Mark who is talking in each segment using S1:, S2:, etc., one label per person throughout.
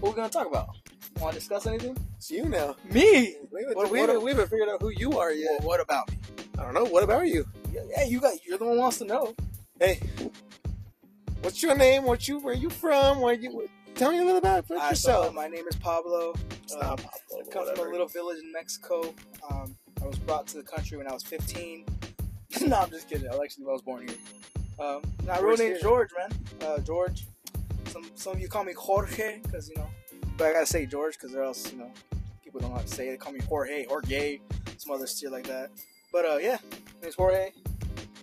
S1: we gonna talk about? Want to discuss anything?
S2: It's you now.
S1: Me?
S2: We haven't,
S1: What,
S2: we
S1: we,
S2: haven't-
S1: haven't, we haven't figured out who you are yet. what about me?
S2: I don't know. What about you?
S1: Yeah, you got. You're the one who wants to know.
S2: Hey, what's your name? What you? Where you from? Where you? what- tell me a little about
S1: All right, so, uh,
S2: yourself.
S1: my name is Pablo.
S2: It's
S1: Uh,
S2: not Pablo,
S1: I come from
S2: whatever.
S1: a little village in Mexico. Um, I was brought to the country when I was 15. no, I'm just kidding. I actually I was born here. Um, my real
S2: Where's
S1: name is
S2: here?
S1: George, man. Uh, George. Some some of you call me Jorge because you know, but I gotta say George because or else you know, people don't know how to say. it. They call me Jorge or Gay, some other shit like that. But uh, yeah, my name's Jorge.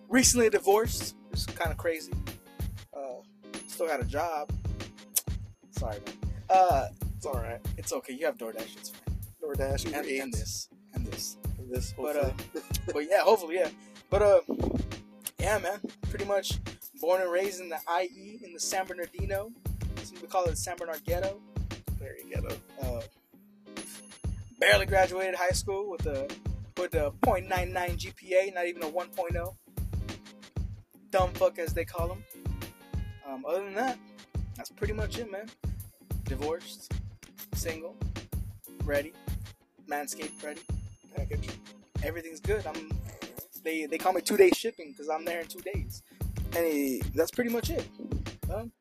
S1: Recently divorced. It's kind of crazy. Uh, still got a job. Sorry, man. Uh,
S2: It's all right.
S1: it's okay. You have DoorDash. It's fine.
S2: DoorDash Uber
S1: And,
S2: Eats,
S1: and this. And this.
S2: and this.
S1: But, uh,
S2: hopefully.
S1: But yeah, hopefully, yeah. But uh, yeah, man. Pretty much born and raised in the IE in the San Bernardino. So we call it San Bernard Ghetto.
S2: there you go.
S1: Uh, barely graduated high school with a with a .99 GPA, not even a 1.0. Dumb fuck as they call them. Um, other than that, that's pretty much it, man. Divorced, single, ready, manscaped ready.
S2: Package.
S1: everything's good. I'm they they call me two day shipping because I'm there in two days, and eh, that's pretty much it. Um,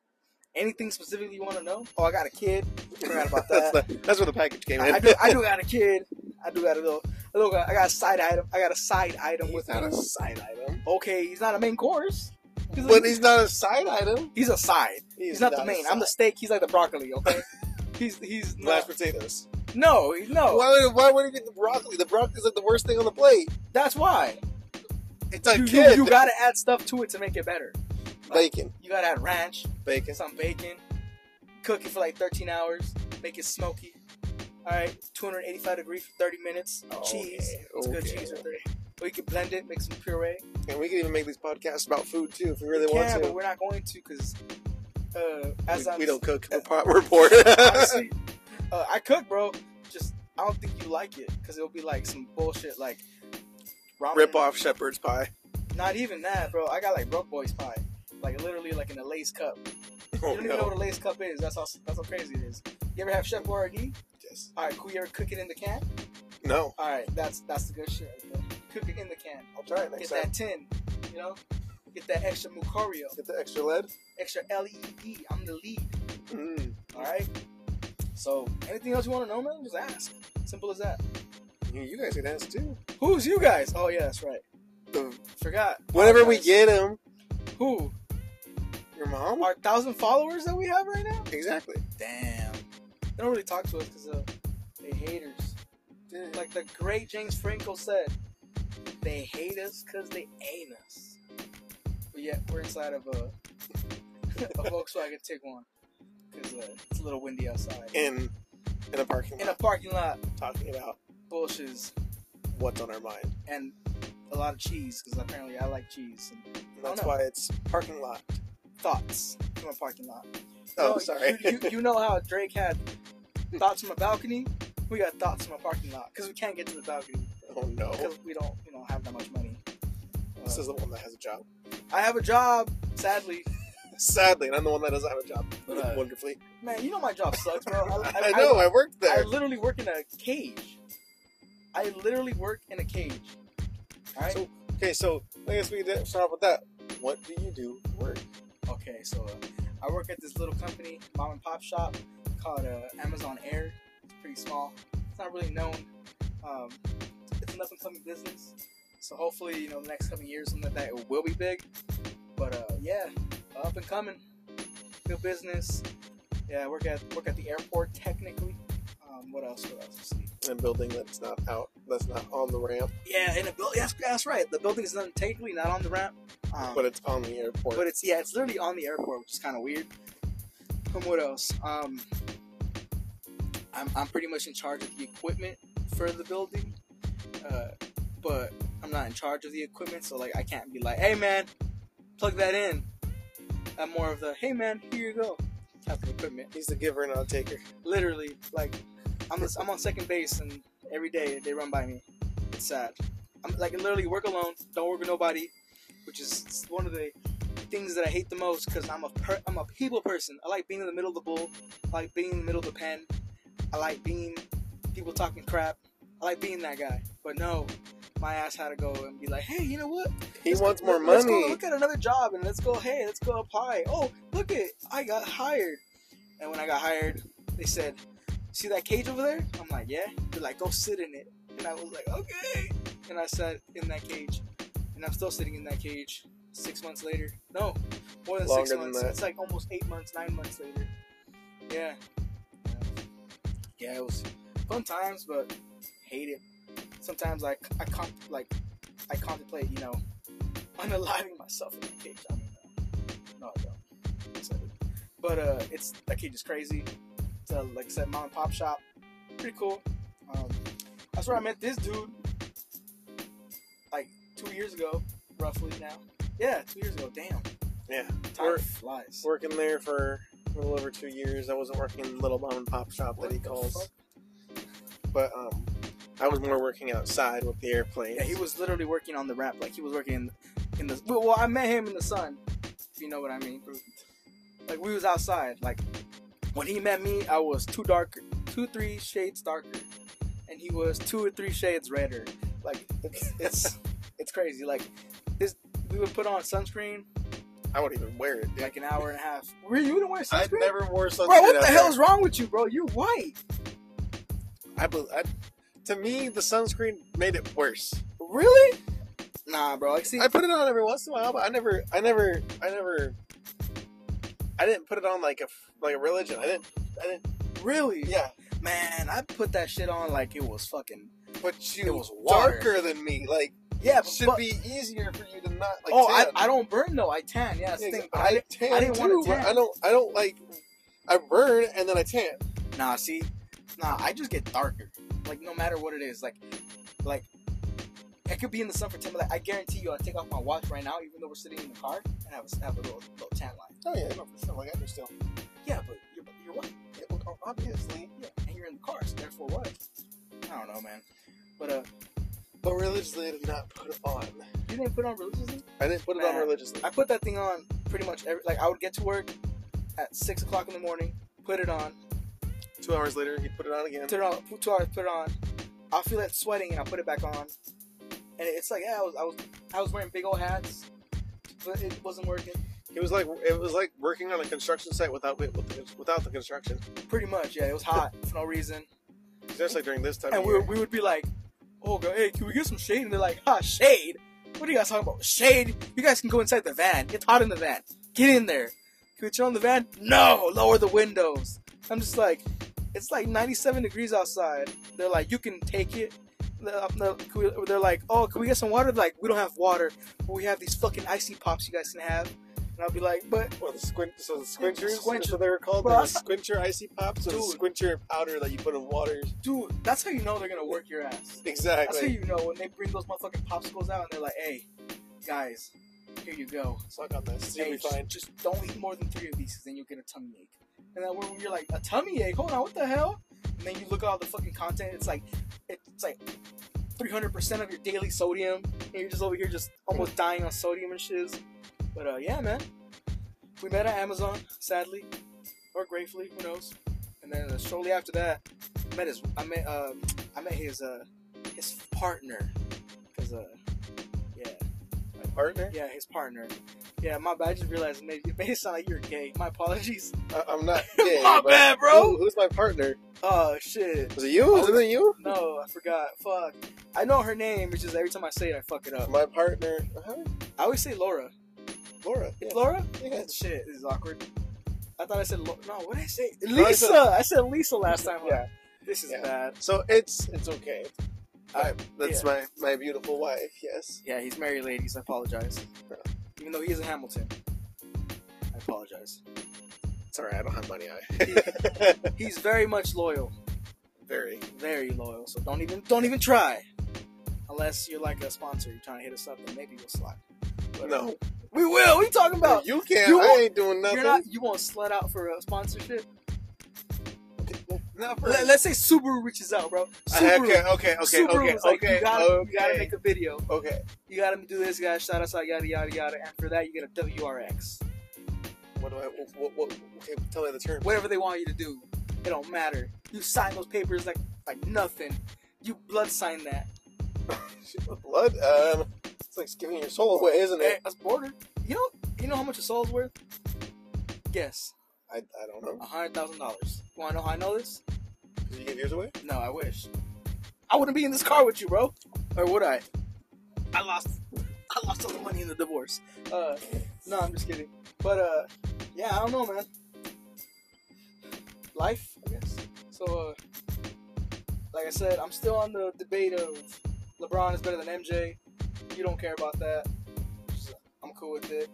S1: anything specifically you want to know? Oh, I got a kid. Forgot about that.
S2: that's, the, that's where the package came in.
S1: I, I do, I do got a kid. I do got a little. A little I got a side item. I got a side item
S2: He's
S1: with
S2: not
S1: me.
S2: a side item.
S1: Okay, he's not a main course. He's,
S2: But
S1: a,
S2: he's not a side item.
S1: he's a side. He's, not, the
S2: a
S1: main. I'm the
S2: side.
S1: steak. He's like the broccoli. Okay. he's he's
S2: mashed
S1: not,
S2: potatoes.
S1: no he's- no.
S2: Why, would- why would he get the broccoli? The broccoli's like the worst thing on the plate.
S1: That's why
S2: It's a
S1: you, you-
S2: kid.
S1: you gotta add stuff to it to make it better.
S2: bacon.
S1: You gotta add ranch.
S2: Bacon.
S1: get some bacon, cook it for like 13 hours, make it smoky. All right, 285 degrees for 30 minutes. cheese,
S2: Okay,
S1: it's good
S2: okay.
S1: cheese right there. Or you can blend it, make some puree.
S2: And we can even make these podcasts about food too if we really
S1: You
S2: want
S1: can,
S2: to.
S1: but we're not going to because uh, as
S2: we,
S1: I'm,
S2: we don't cook. We're, po- we're poor.
S1: honestly, uh, I cook, bro. Just I don't think you like it because it'll be like some bullshit like ramen.
S2: Rip off shepherd's pie.
S1: Not even that, bro. I got like broke boys pie, like literally like in a lace cup.
S2: Oh
S1: you don't even know
S2: no.
S1: what a lace cup is. That's how that's how crazy it is. You ever have Chef Boyardee?
S2: Yes.
S1: All right, cool. You ever cook it in the can?
S2: No.
S1: All right, that's that's the good shit. Right there. You cook it in the can.
S2: I'll try it
S1: Get
S2: next time.
S1: that tin, you know. Get that extra mucorio,
S2: Get the extra lead.
S1: extra LED. E. I'm the lead.
S2: Mm.
S1: All right. So anything else you want to know, man? Just ask. Simple as that.
S2: You- You guys can ask too.
S1: Who's you guys? Oh yeah, that's right.
S2: The-
S1: Forgot.
S2: Whenever we
S1: Guys.
S2: get him,
S1: Who?
S2: your mom.
S1: Our thousand followers that we have right now?
S2: Exactly.
S1: Damn. They don't really talk to us because uh, they haters.
S2: Yeah.
S1: Like the great James Franco said, they hate us because they ain't us. But yet we're inside of a, a Volkswagen Tiguan because uh, it's a little windy outside.
S2: In in a parking
S1: In
S2: lot,
S1: a parking lot,
S2: talking about
S1: bushes
S2: what's on our mind.
S1: and a lot of cheese because apparently I like cheese and
S2: And that's
S1: no.
S2: why it's parking lot.
S1: thoughts from a parking lot.
S2: Oh,
S1: No,
S2: sorry.
S1: You, you, you know how Drake had thoughts from a balcony? We got thoughts from a parking lot because we can't get to the balcony
S2: oh no.
S1: because we don't, you know, have that much money. Uh,
S2: This is the one that has a job.
S1: I have a job, sadly.
S2: Sadly, and I'm the one that doesn't have a job.
S1: Uh,
S2: Wonderfully.
S1: Man, you know my job sucks, bro. I,
S2: I, know. I, worked
S1: I,
S2: there.
S1: literally work in a cage. I literally work in a cage. All right.
S2: So- okay, so I guess we did start off with that. What do you do at work?
S1: okay, so uh, I work at this little company, mom and pop shop, called uh, Amazon Air. It's pretty small. It's not really known. Um, it's an up and coming business. So hopefully, you know, the next coming years, something like that, it will be big. But uh, yeah, up and coming, good business. Yeah, I work at work at the airport technically. Um, what else? What else? Let's see.
S2: In a building that's not out, that's not on the ramp,
S1: Yeah, in a building. That's, that's right. The building is not technically not on the ramp, um,
S2: but it's on the airport.
S1: but it's yeah, it's literally on the airport, which is kind of weird. And what else? Um, I'm I'm pretty much in charge of the equipment for the building, uh, but I'm not in charge of the equipment, so like I can't be like, hey man, plug that in. I'm more of the hey man, here you go, type of equipment
S2: He's the giver, not a taker.
S1: literally like I'm I'm on second base and every day they run by me. It's sad. I'm like I literally work alone, don't work with nobody, which is one of the things that I hate the most because I'm a per- I'm a people person. I like being in the middle of the bull. I like being in the middle of the pen. I like being people talking crap. I like being that guy. But no, my ass had to go and be like, hey, you know what?
S2: He
S1: Let's
S2: wants
S1: go-
S2: more
S1: let's go
S2: money.
S1: look at another job and let's go. Hey, let's go apply. Oh, look it, I got hired. And when I got hired, they said, see that cage over there? I'm like, yeah. They're like, go sit in it. And I was like, okay. And I sat in that cage, and I'm still sitting in that cage. Six months later, no, more than
S2: Longer
S1: six
S2: than
S1: months.
S2: that.
S1: It's like almost eight months, nine months later. Yeah. Yeah, it was fun times, but hate it. Sometimes I, I con- like I contemplate, you know, unaliving myself in that cage. I mean, no, I don't. It's like- But uh, it's that cage is crazy. It's a, like I said, mom and pop shop, pretty cool. Um, that's where I met this dude, like two years ago, roughly now. Yeah, two years ago. Damn.
S2: Yeah.
S1: Time
S2: We're-
S1: flies.
S2: Working there for a little over two years. I wasn't working in the little mom and pop shop
S1: What
S2: that he
S1: the
S2: calls.
S1: fuck?
S2: But um, I was more working outside with the airplane.
S1: Yeah, he was literally working on the rap. Like he was working in, in the. Well, well, I met him in the sun, if you know what I mean. Like we was outside. Like when he met me, I was two darker, two three shades darker, and he was two or three shades redder. Like it's it's it's crazy. Like this, we would put on sunscreen
S2: I wouldn't even wear it. Dude.
S1: like an hour and a half. Were you didn't wear
S2: I
S1: sunscreen?
S2: never wore sunscreen.
S1: Bro, what
S2: out
S1: the
S2: there.
S1: hell is wrong with you, bro? You're white.
S2: I, bel I to me the sunscreen made it worse.
S1: Really? Nah, bro. Like, see,
S2: I put it on every once in a while, but I never, I never, I never, I didn't put it on like a like a religion. I didn't, I didn't.
S1: really?
S2: Yeah,
S1: Man, I put that shit on like it was fucking.
S2: but you
S1: It was
S2: darker than me. Like
S1: Yeah,
S2: it should
S1: but-
S2: be easier for you to not. Like,
S1: oh, I,
S2: tan.
S1: I don't burn though. I tan. Yeah, that's the thing. But I,
S2: I, tan
S1: I didn't wanna
S2: too, but
S1: tan.
S2: I don't. I don't like. I burn and then I tan.
S1: didn't- nah, see, nah, I just get darker. Like no matter what it is, like, like I could be in the sun for ten. But like, I guarantee you, I take off my watch right now, even though we're sitting in the car, and have a have a little, little tan line.
S2: Oh yeah, no, for sure. Like I do still.
S1: Yeah, but you're but you're white,
S2: Yeah, well, obviously.
S1: yeah, and you're in the car, so therefore what? I don't know, man. But uh,
S2: But religiously, I did not put it on.
S1: you didn't put on religiously.
S2: I didn't put it on
S1: Man.
S2: religiously.
S1: I put that thing on pretty much every. Like I would get to work at six o'clock in the morning, put it on,
S2: Two hours later, he put it on again.
S1: Turn it on, put two hours, put it on. I'll feel that sweating and I put it back on. And it's like, yeah, I was, I was, I was wearing big old hats, but it wasn't working.
S2: It was like it was like working on a construction site without with the, without the construction.
S1: Pretty much, yeah, it was hot for no reason.
S2: Especially during this time
S1: And
S2: of
S1: we,
S2: year.
S1: we would be like, oh, go, hey, can we get some shade? And they're like, huh, shade? What are you guys talking about? Shade? You guys can go inside the van. It's hot in the van. Get in there. Can we chill in the van? No, lower the windows. I'm just like, it's like 97 degrees outside. They're like, you can take it. They're they're- can we- they're like, oh, can we get some water? They're like, we don't have water, but we have these fucking icy pops you guys can have. And I'll be like, but
S2: Well, the squint, so the squinchers,
S1: Squinch-
S2: so they were called
S1: Bro,
S2: the squincher icy pops or the
S1: Dude.
S2: squincher powder that you put in waters.
S1: dude, that's how you know they're gonna work your ass. That's how
S2: Exactly.
S1: you know when they bring those motherfucking popsicles out and they're like, "Hey, guys, here you go.
S2: Suck on this. See,
S1: Hey,
S2: we
S1: just,
S2: find
S1: just don't eat more than three of these, 'cause then you'll get a tummy ache." And then when you're like, "A tummy ache? Hold on, what the hell?" And then you look at all the fucking content. It's like, it's like 300 percent of your daily sodium, and you're just over here just almost dying on sodium and shiz. But uh, yeah, man, we met at Amazon, sadly, or gratefully, who knows. And then uh, shortly after that, I met his, I met, uh, I met his, uh, his partner, cause uh, yeah.
S2: my partner.
S1: Yeah, his partner. Yeah, my bad. I just realized it made, it made it sound like you were gay. My apologies.
S2: I, I'm not gay.
S1: My
S2: but
S1: bad, bro.
S2: who- who's my partner?
S1: Oh shit.
S2: Was it you? Was it you?
S1: No, I forgot. Fuck. I know her name. It's just every time I say it, I fuck it up.
S2: Uh, My partner, uh-huh.
S1: I always say Laura.
S2: Laura.
S1: It's Laura.
S2: Yeah.
S1: Shit, this is awkward. I thought I said Lo- no. What did I say?
S2: No, Oh, I said-
S1: Lisa. I said Lisa last time.
S2: Yeah.
S1: This is
S2: Yeah.
S1: bad.
S2: So it's it's okay. I, that's
S1: Yeah.
S2: my my beautiful wife. Yes.
S1: Yeah, he's married, ladies. I apologize.
S2: Yeah.
S1: Even though he is a Hamilton, I apologize.
S2: Sorry, I don't have money.
S1: He-
S2: I
S1: He's very much loyal.
S2: very.
S1: very loyal. So don't even don't even try, unless you're like a sponsor. You're trying to hit us up, and maybe we'll slide. But,
S2: No,
S1: we will. What are you talking about?
S2: you can't.
S1: you
S2: I
S1: won't-
S2: ain't doing
S1: You're
S2: nothing.
S1: not. You won't slut out for a sponsorship?
S2: not for.
S1: Let, us say Subaru reaches out, bro.
S2: okay, okay,
S1: Subaru.
S2: okay, okay,
S1: Subaru
S2: okay,
S1: was like,
S2: okay,
S1: you gotta, you gotta
S2: okay,
S1: make a video.
S2: okay.
S1: You gotta do this. You gotta shout us out. Yada yada yada. And for that, you get a WRX.
S2: What do I? What? what okay, tell me the term.
S1: Whatever they want you to do, it don't matter. You sign those papers like like nothing. You blood sign that.
S2: Blood. Um, it's like giving your soul away, isn't
S1: Hey,
S2: it?
S1: that's border. You know, you know how much a soul's worth? Guess,
S2: I, I don't know.
S1: a hundred thousand dollars. Want to know how I know this?
S2: Did you give yours away?
S1: No, I wish. I wouldn't be in this car with you, bro. Or would I? I lost. I lost all the money in the divorce. Uh, no, I'm just kidding. But uh, yeah, I don't know, man. Life, I guess. So, uh, like I said, I'm still on the debate of LeBron is better than MJ. You don't care about that. uh, I'm cool with it.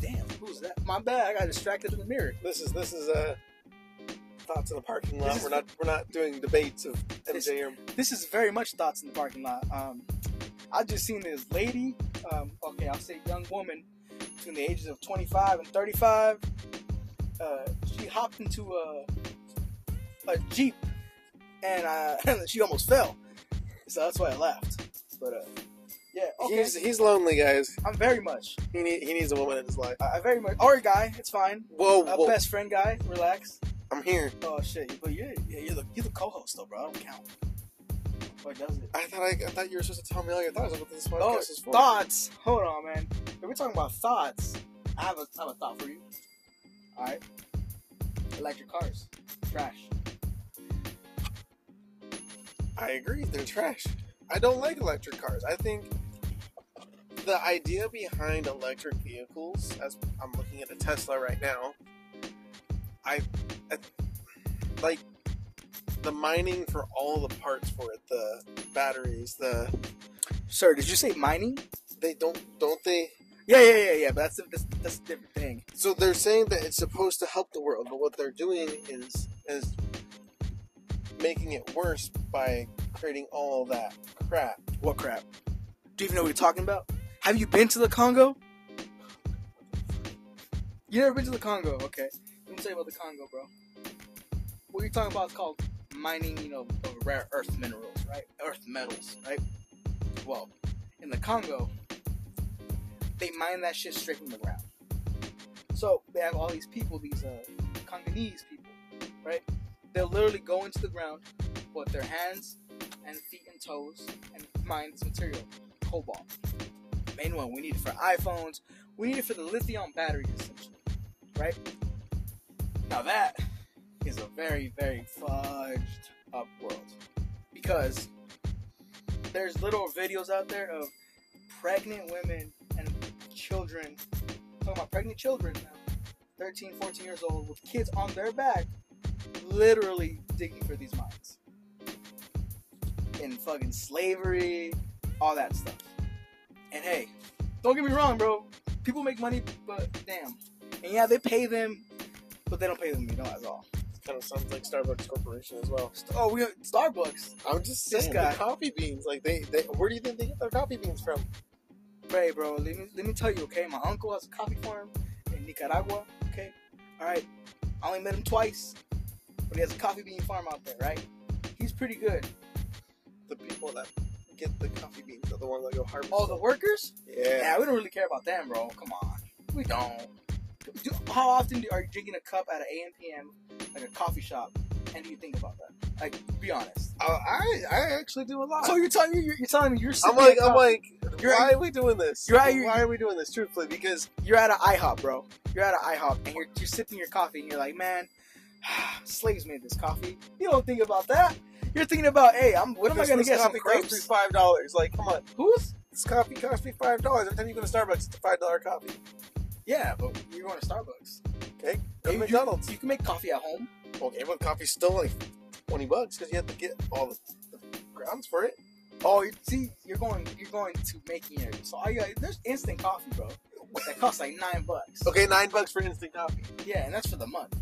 S1: Damn, who's that? My bad. I got distracted in the mirror.
S2: This is this is uh, thoughts in the parking lot.
S1: This is-
S2: we're not we're not doing debates of MJ or
S1: this is very much thoughts in the parking lot. Um, I just seen this lady, um, okay, I'll say young woman, between the ages of 25 and 35. Uh, she hopped into a, a Jeep and uh, she almost fell. So that's why I laughed. But uh, yeah, okay.
S2: He's he's lonely, guys.
S1: I'm very much,
S2: He need, he needs a woman in his life.
S1: I I very much, or a guy, it's fine.
S2: Whoa,
S1: A
S2: whoa!
S1: best friend guy, relax.
S2: I'm here.
S1: Oh shit, but you're, you're, the, you're the co host though, bro. I don't count. Or does it?
S2: I thought I, I thought you were supposed to tell me all your thoughts. That's what this podcast
S1: Oh,
S2: is for.
S1: thoughts. Hold on, man. If we're talking about thoughts, I have a, I have a thought for you. All right. Electric cars, trash.
S2: I agree. They're trash. I don't like electric cars. I think the idea behind electric vehicles, as I'm looking at a Tesla right now, I, I like the mining for all the parts for it, the batteries, the
S1: Sir, did you say mining?
S2: they don't don't they.
S1: Yeah, yeah, yeah, yeah. But that's a, that's, that's a different thing.
S2: So they're saying that it's supposed to help the world, but what they're doing is is making it worse by creating all that crap.
S1: What crap? Do you even know what you're talking about? Have you been to the Congo? You never been to the Congo? Okay. Let me tell you about the Congo, bro. What you're talking about is called mining, you know, of rare earth minerals, right? Earth metals, right? Well, in the Congo, they mine that shit straight from the ground. So they have all these people, these uh, Congolese people, right? They'll literally go into the ground with their hands and feet and toes and mine this material, cobalt. Main one, we need it for iPhones. We need it for the lithium batteries, essentially, right? Now that is a very, very fudged up world because there's little videos out there of pregnant women and children. talking about pregnant children now, 13, 14 years old, with kids on their back, literally digging for these mines and fucking slavery, all that stuff. And hey, don't get me wrong, bro. People make money, but damn. And yeah, they pay them, but they don't pay them, you know, at all.
S2: kind of sounds like Starbucks Corporation as well.
S1: St- Oh, we Starbucks.
S2: I'm just
S1: This
S2: saying,
S1: guy.
S2: the coffee beans, like they, they, where do you think they get their coffee beans from?
S1: Hey, bro, let me let me tell you, okay? My uncle has a coffee farm in Nicaragua, okay? All right, I only met him twice, but he has a coffee bean farm out there, right? He's pretty good.
S2: The people that get the coffee beans are the ones that go harvest.
S1: Oh, the workers?
S2: them. yeah.
S1: Yeah, we don't really care about them, bro. Come on, we don't. Do, how often do, are you drinking a cup at an AM PM, like a coffee shop, and do you think about that? Like, be honest.
S2: Uh, I, I actually do a lot.
S1: So you're telling me you're, you're telling me you're
S2: I'm
S1: sipping
S2: like,
S1: a
S2: I'm
S1: cup-
S2: like,
S1: You're-
S2: why are we doing this?
S1: you're out-
S2: why are we doing this? Truthfully, because
S1: you're at an IHOP, bro. You're at an IHOP, and you're you're sipping your coffee, and you're like, man, slaves made this coffee. You don't think about that. You're thinking about, hey, I'm what am I
S2: this-
S1: gonna
S2: this
S1: get? Some
S2: Coffee costs me
S1: grapes?
S2: five dollars. Like, come on,
S1: Who's?
S2: this coffee costs me five dollars. Every time you go to Starbucks, it's a five dollar coffee.
S1: Yeah, but you're going to Starbucks.
S2: Go to
S1: You-
S2: McDonald's.
S1: You can make coffee at home.
S2: Okay, but coffee's still like twenty bucks because you have to get all the, the grounds for it.
S1: Oh, you see, you're going, you're going to making it. So all you got, there's instant coffee, bro. That costs like nine bucks.
S2: Okay, nine bucks for instant coffee.
S1: Yeah, and that's for the month.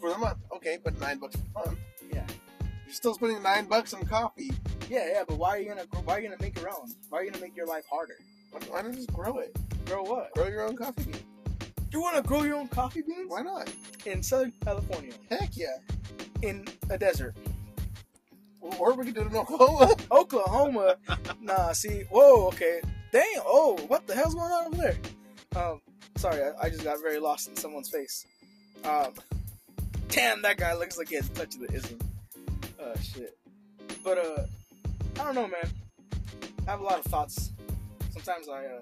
S2: for the month. Okay, but nine bucks for the month.
S1: Yeah.
S2: You're still spending nine bucks on coffee.
S1: Yeah, yeah, but why are you gonna, why are you gonna make your own? Why are you gonna make your life harder?
S2: Why, why not just grow it?
S1: Grow what?
S2: Grow your own coffee bean.
S1: You wanna grow your own coffee beans
S2: Why not?
S1: in Southern California?
S2: Heck yeah.
S1: in a desert.
S2: Or we could do it in Oklahoma.
S1: Oklahoma. nah, see, whoa, okay. Damn, oh, what the hell's going on over there? Um, sorry, I, I just got very lost in someone's face. Um, damn, that guy looks like he has a touch of the ism. Uh, shit. But, uh, I don't know, man. I have a lot of thoughts. Sometimes I, uh,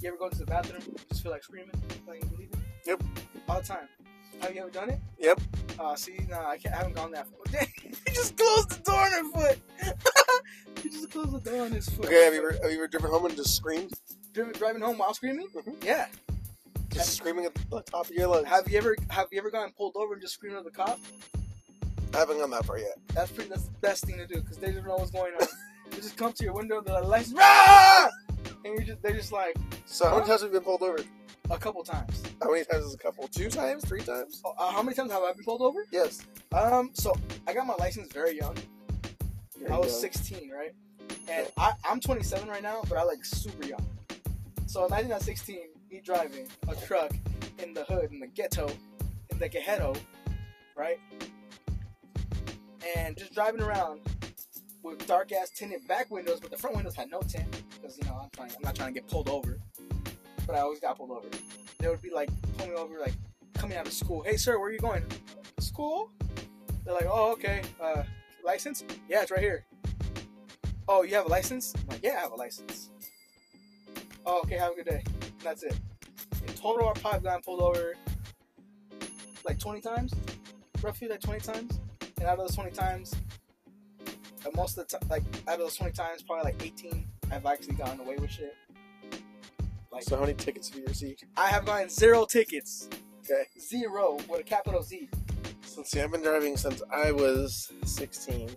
S1: you ever go to the bathroom, just feel like screaming, like you believe it?
S2: Yep.
S1: All the time. Have you ever done it?
S2: Yep.
S1: Uh, see, nah, I, can't, I haven't gone that far. Dang, he just closed the door on her foot. he just closed the door on his foot.
S2: Okay, have you ever, have you ever driven home and just screamed?
S1: Dri- driving home while screaming?
S2: Mhm.
S1: Yeah.
S2: Just screaming at the top of your lungs.
S1: Have you ever have you ever gotten pulled over and just screamed at the cop?
S2: I haven't gone that far yet.
S1: That's pretty. That's the best thing to do because they don't know what's going on. they just come to your window, they're like, "Lights, rah!" and you just they're just like
S2: So how many times have you been pulled over?
S1: a couple times.
S2: How many times is a couple? Two times? Three times?
S1: Oh, uh, how many times have I been pulled over?
S2: Yes.
S1: Um, so I got my license very young. I was 16, right? And I, I'm 27 right now, but I like super young. So imagine at 16, me driving a truck in the hood, in the ghetto, in the ghetto, right? And just driving around with dark ass tinted back windows, but the front windows had no tint because you know I'm trying, I'm not trying to get pulled over. But I always got pulled over. They would be like pulling me over, like coming out of school. Hey sir, where are you going? School? They're like, oh okay. Uh, license? Yeah, it's right here. Oh, you have a license? I'm like, yeah, I have a license. Oh, okay, have a good day. And that's it. In total, our pipe got pulled over like 20 times, roughly like 20 times. And out of those 20 times, uh, most of the time, like out of those 20 times, probably like 18, I've actually gotten away with shit. Like,
S2: So how many tickets have you received?
S1: I have gotten zero tickets.
S2: Okay.
S1: Zero with a capital Z.
S2: Since see, I've been driving since I was 16.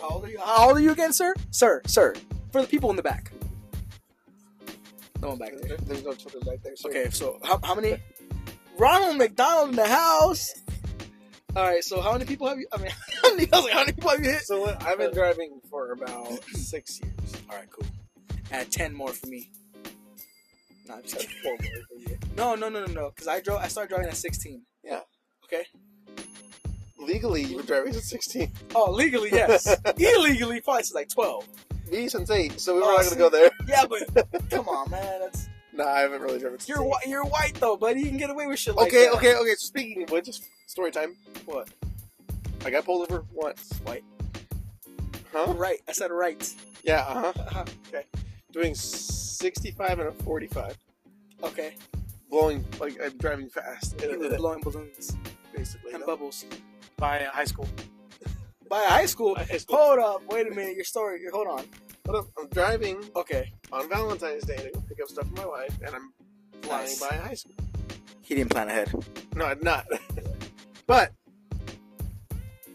S1: How old are you? How old are you again, sir? Sir, sir. For the people in the back. No one back there.
S2: There- There's no children back there. So
S1: Okay, so how, how many? Ronald McDonald in the house. All right, so how many people have you? I mean, how many, I was like, how many people have you hit?
S2: So what, I've been driving for about six years.
S1: All right, cool. Add ten more for me. No, I'm just
S2: That's
S1: kidding.
S2: four more than you.
S1: no, no, no, no, no. Because I drove. I started driving at 16.
S2: Yeah.
S1: Okay.
S2: Legally, you've been driving since 16.
S1: Oh, legally, yes. Illegally, probably since like 12.
S2: Me since 8, so we
S1: Oh,
S2: were not going
S1: see.
S2: to go there.
S1: Yeah, but come on, man. That's
S2: No, I haven't really driven since
S1: you're
S2: 8.
S1: whi- you're white though, buddy. You can get away with shit like
S2: Okay,
S1: that.
S2: okay, okay. So speaking of which, just story time.
S1: What?
S2: I got pulled over once.
S1: White.
S2: Huh?
S1: Right. I said right.
S2: Yeah, uh huh.
S1: Uh-huh.
S2: Doing 65 and a 45.
S1: Okay.
S2: Blowing, like, I'm driving fast.
S1: You were blowing balloons
S2: Basically.
S1: and
S2: though.
S1: bubbles
S2: By uh, high school.
S1: by high school.
S2: By high school.
S1: Hold up, wait a minute. Your story. Your, hold on.
S2: But I'm, I'm driving
S1: Okay.
S2: on Valentine's Day to go pick up stuff for my wife, and I'm flying
S1: Nice.
S2: by high school.
S1: He didn't plan ahead.
S2: No, I'm not. but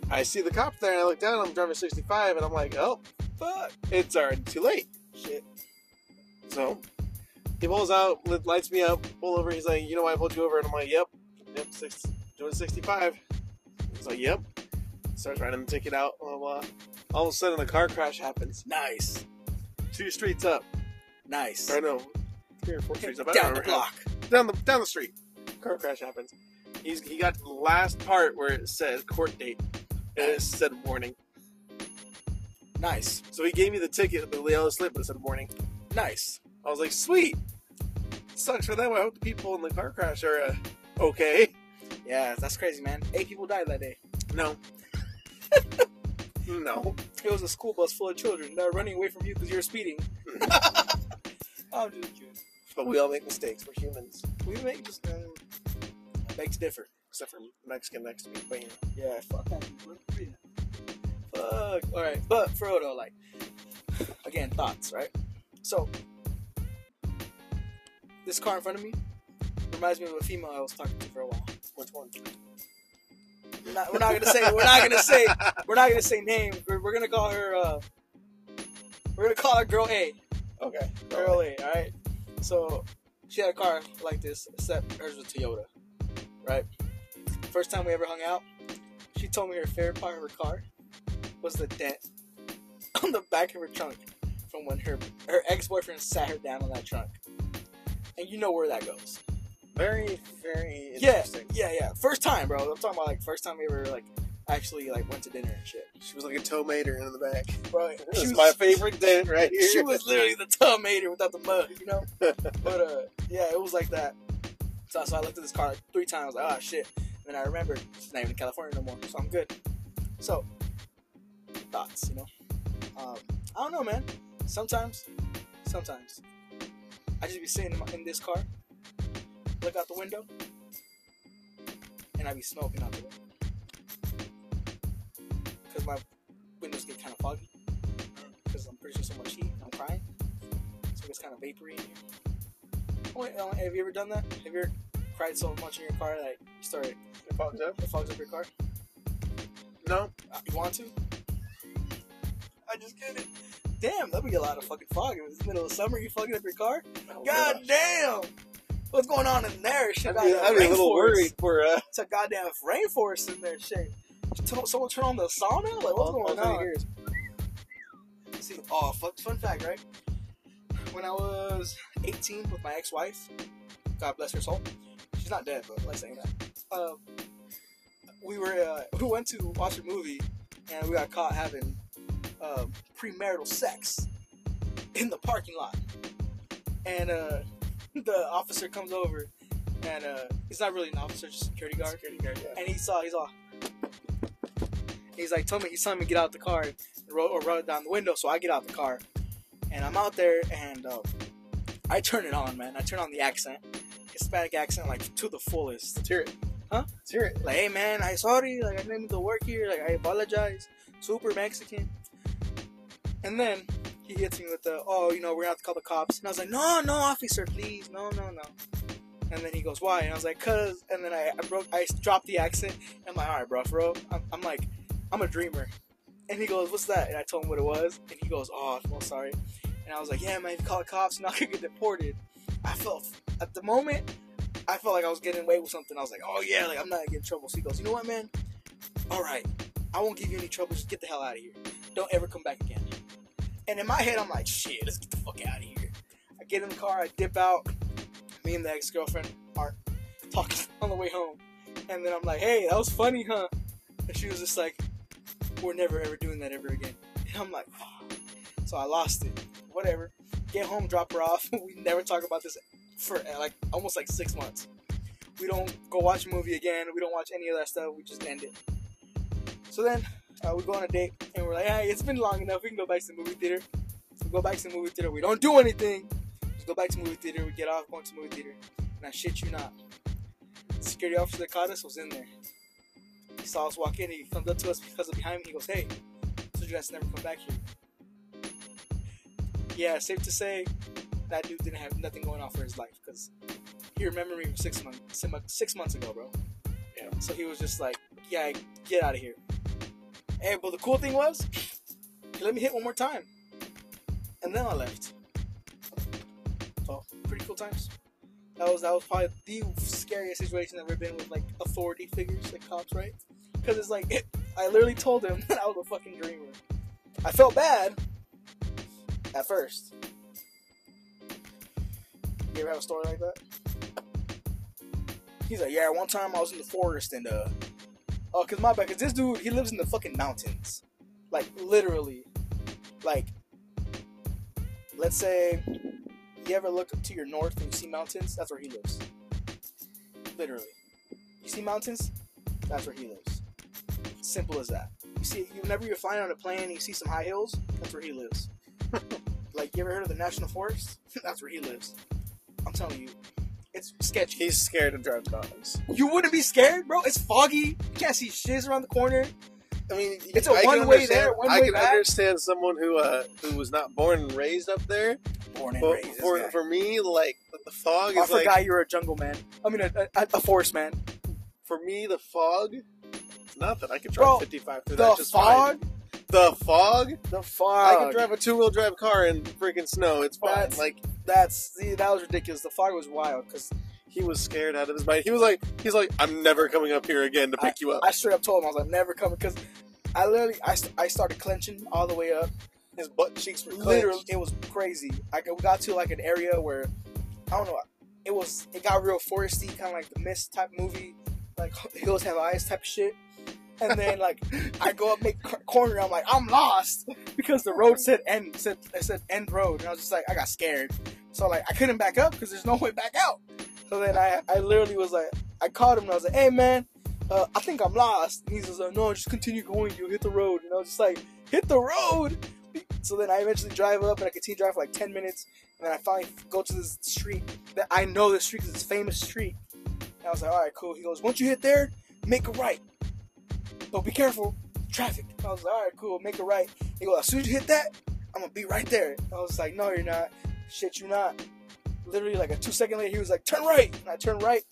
S2: I see the cop there, and I look down, I'm driving 65, and I'm like, oh,
S1: Fuck.
S2: it's already too late.
S1: Shit.
S2: So he pulls out, li- lights me up, pull over. He's like, you know why I pulled you over? And I'm like, yep, yep, six, doing 65. He's like, yep. Starts writing the ticket out, blah, blah. All of a sudden, a car crash happens.
S1: Nice.
S2: Two streets up.
S1: Nice.
S2: Or no, three or four streets up. I don't
S1: Down the
S2: remember.
S1: block.
S2: Down the, down the street. Car crash happens. He's, he got to the last part where it says court date. And it said warning.
S1: Nice.
S2: So he gave me the ticket, the yellow slip, but it said warning.
S1: Nice.
S2: I was like, sweet. Sucks for them. I hope the people in the car crash are uh, okay.
S1: Yeah, that's crazy, man. Eight people died that day.
S2: No. no.
S1: It was a school bus full of children that are running away from you because you're speeding. I'm just kidding.
S2: But we all make mistakes. We're humans.
S1: We make just um, beg to differ.
S2: Except for Mexican next to me. But, you know.
S1: Yeah, fuck that. dude. What- what is that? Fuck. All right, but for real though, like, again, thoughts, right? So, this car in front of me reminds me of a female I was talking to for a while.
S2: Which one?
S1: We're not, we're not gonna say. We're not gonna say. We're not gonna say name. We're, we're gonna call her. Uh, we're gonna call her Girl A.
S2: Okay.
S1: Girl A. All right. So, she had a car like this, except hers was Toyota. Right. First time we ever hung out, she told me her favorite part of her car was the dent on the back of her trunk from when her her ex boyfriend sat her down on that trunk. And you know where that goes.
S2: Very, very
S1: Yeah,
S2: interesting.
S1: yeah, yeah. First time, bro. I'm talking about like first time we ever like actually like went to dinner and shit.
S2: She was like a tomater in the back.
S1: Bro,
S2: This is my favorite day right here.
S1: she was literally the tomater without the mug, you know. but uh, yeah, it was like that. So, so I looked at this car like three times, like, oh shit. And then I remembered she's not even in California no more, so I'm good. So thoughts, you know. Um, I don't know, man. Sometimes, sometimes I just be sitting in, my, in this car, look out the window, and I be smoking out the window because my windows get kind of foggy because I'm pretty sure someone cheated and I'm crying. So it's kind of vapory in here. Oh, wait, Ellen, have you ever done that? Have you ever cried so much in your car that you started,
S2: Fogged up?
S1: it fogs up your car?
S2: No,
S1: Uh, You want to?
S2: I just get it.
S1: Damn, that'd be a lot of fucking fog. It was middle of summer, you fogging up your car?
S2: Oh,
S1: God damn! What's going on in there? Shit,
S2: I'd be,
S1: goddamn
S2: I'd be a
S1: rainforest.
S2: little worried for uh,
S1: It's a goddamn rainforest in there, shit. T- Someone turn on the sauna? Like, what's
S2: all
S1: going
S2: three
S1: on?
S2: years.
S1: See, oh, fuck, fun fact, right? When I was 18 with my ex-wife, God bless her soul, she's not dead, but let's say that. Um, we were uh, we went to watch a movie, and we got caught having um, premarital sex in the parking lot. And uh, the officer comes over, and uh, he's not really an officer, just a security guard.
S2: Security guard, yeah.
S1: And he saw, he's all. He's like, told me, he's telling me to get out the car and roll, or roll it down the window. So I get out the car, and I'm out there, and uh, I turn it on, man. I turn on the accent, Hispanic accent, like to the fullest.
S2: Let's hear it.
S1: Huh?
S2: Let's hear it.
S1: Like, hey, man, I sorry, like I didn't mean to work here, like I apologize. Super Mexican. And then he hits me with the, oh, you know, we're gonna have to call the cops. And I was like, no, no, officer, please, no, no, no. And then he goes, why? And I was like, cause. And then I, I broke, I dropped the accent. I'm like, all right, bro, bro. I'm, I'm like, I'm a dreamer. And he goes, what's that? And I told him what it was. And he goes, oh, well, sorry. And I was like, yeah, man, if you call the cops, you're not gonna get deported. I felt, at the moment, I felt like I was getting away with something. I was like, oh yeah, like I'm not gonna get in trouble. So he goes, you know what, man? All right, I won't give you any trouble. Just get the hell out of here. Don't ever come back again. And in my head, I'm like, shit, let's get the fuck out of here. I get in the car, I dip out. Me and the ex girlfriend are talking on the way home. And then I'm like, hey, that was funny, huh? And she was just like, we're never ever doing that ever again. And I'm like, fuck. So I lost it. Whatever. Get home, drop her off. we never talk about this for uh, like almost like six months. We don't go watch a movie again. We don't watch any of that stuff. We just end it. So then uh, we go on a date and we're like, hey, it's been long enough. We can go back to the movie theater. So we go back to the movie theater. We don't do anything. Just go back to the movie theater. We get off, going to the movie theater. And I shit you not. The security officer that caught us was in there. He saw us walk in. He comes up to us because of behind me. He goes, hey, so you guys never come back here. Yeah, safe to say, that dude didn't have nothing going on for his life because he remembered me from six months six months ago, bro.
S2: Yeah.
S1: So he was just like, "Yeah, get out of here." Hey, but the cool thing was, he let me hit one more time, and then I left. So pretty cool times. That was that was probably the scariest situation that we've been with like authority figures, like cops, right? Because it's like I literally told him that I was a fucking dreamer. I felt bad at first. You ever have a story like that? He's like, yeah, one time I was in the forest and uh, oh, cause my bad, cause this dude he lives in the fucking mountains, like literally, like, let's say you ever look to your north and you see mountains, that's where he lives. Literally, you see mountains, that's where he lives. Simple as that. You see, whenever you're flying on a plane and you see some high hills, that's where he lives. like, you ever heard of the national forest? that's where he lives. I'm telling you, it's sketchy.
S2: He's scared of drug dogs.
S1: You wouldn't be scared, bro. It's foggy. You can't see shits around the corner.
S2: I mean,
S1: It's a
S2: I can
S1: one-way
S2: understand-
S1: there, one-way
S2: I can
S1: back.
S2: understand someone who uh, who was not born and raised up there,
S1: Born and
S2: but
S1: raised.
S2: for, for me, like the- the fog
S1: I
S2: is like
S1: forgot you're a jungle man. I mean, a, a, a forest man.
S2: for me the fog. It's nothing. I could drive
S1: Bro,
S2: 55 through
S1: The
S2: that just
S1: fog.
S2: fine. The fog.
S1: The
S2: I
S1: fog.
S2: could drive a two wheel drive car in freaking snow. It's fine.
S1: That's-
S2: Like
S1: That's see, that was ridiculous. The fog was wild because
S2: he was scared out of his mind. He was like, he's like, I'm never coming up here again to pick you up.
S1: I straight up told him I was like, never coming. Because I literally, I, st- I started clenching all the way up.
S2: his butt cheeks were
S1: Literally,
S2: literally.
S1: it was crazy. I got- we got to like an area where I don't know. It was it got real foresty, kind of like the mist type movie, like hills have eyes type of shit. and then like I go up make cor- corner. I'm like I'm lost because the road said end said it said end road, and I was just like I got scared. So like I couldn't back up because there's no way back out. So then I I literally was like I called him and I was like Hey man, uh, I think I'm lost. And he's just like No, just continue going. You'll hit the road. And I was just like Hit the road. So then I eventually drive up and I continue to drive for like 10 minutes. And then I finally go to this street that I know this street because it's a famous street. And I was like, all right, cool. He goes, once you hit there, make a right. But be careful, traffic. I was like, all right, cool, make a right. He goes, as soon as you hit that, I'm gonna be right there. I was like, no, you're not. Shit, you're not. Literally, like a two second later, he was like, turn right. And I turned right.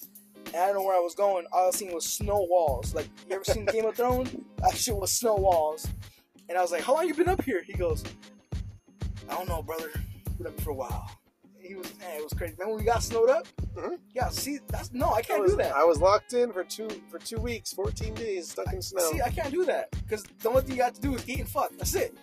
S1: And I don't know where I was going. All I seen was snow walls. Like, you ever seen Game of Thrones? That shit was snow walls. And I was like, how long you been up here? He goes, I don't know, brother. Been up for a while. He was, man, it was crazy. Then when we got snowed up,
S2: Mhm.
S1: yeah, see, that's no, I
S2: I
S1: can't
S2: was,
S1: do that.
S2: I was locked in for two for two weeks, fourteen days, stuck in snow.
S1: See, I can't do that because the only thing you have to do is eat and fuck. That's it.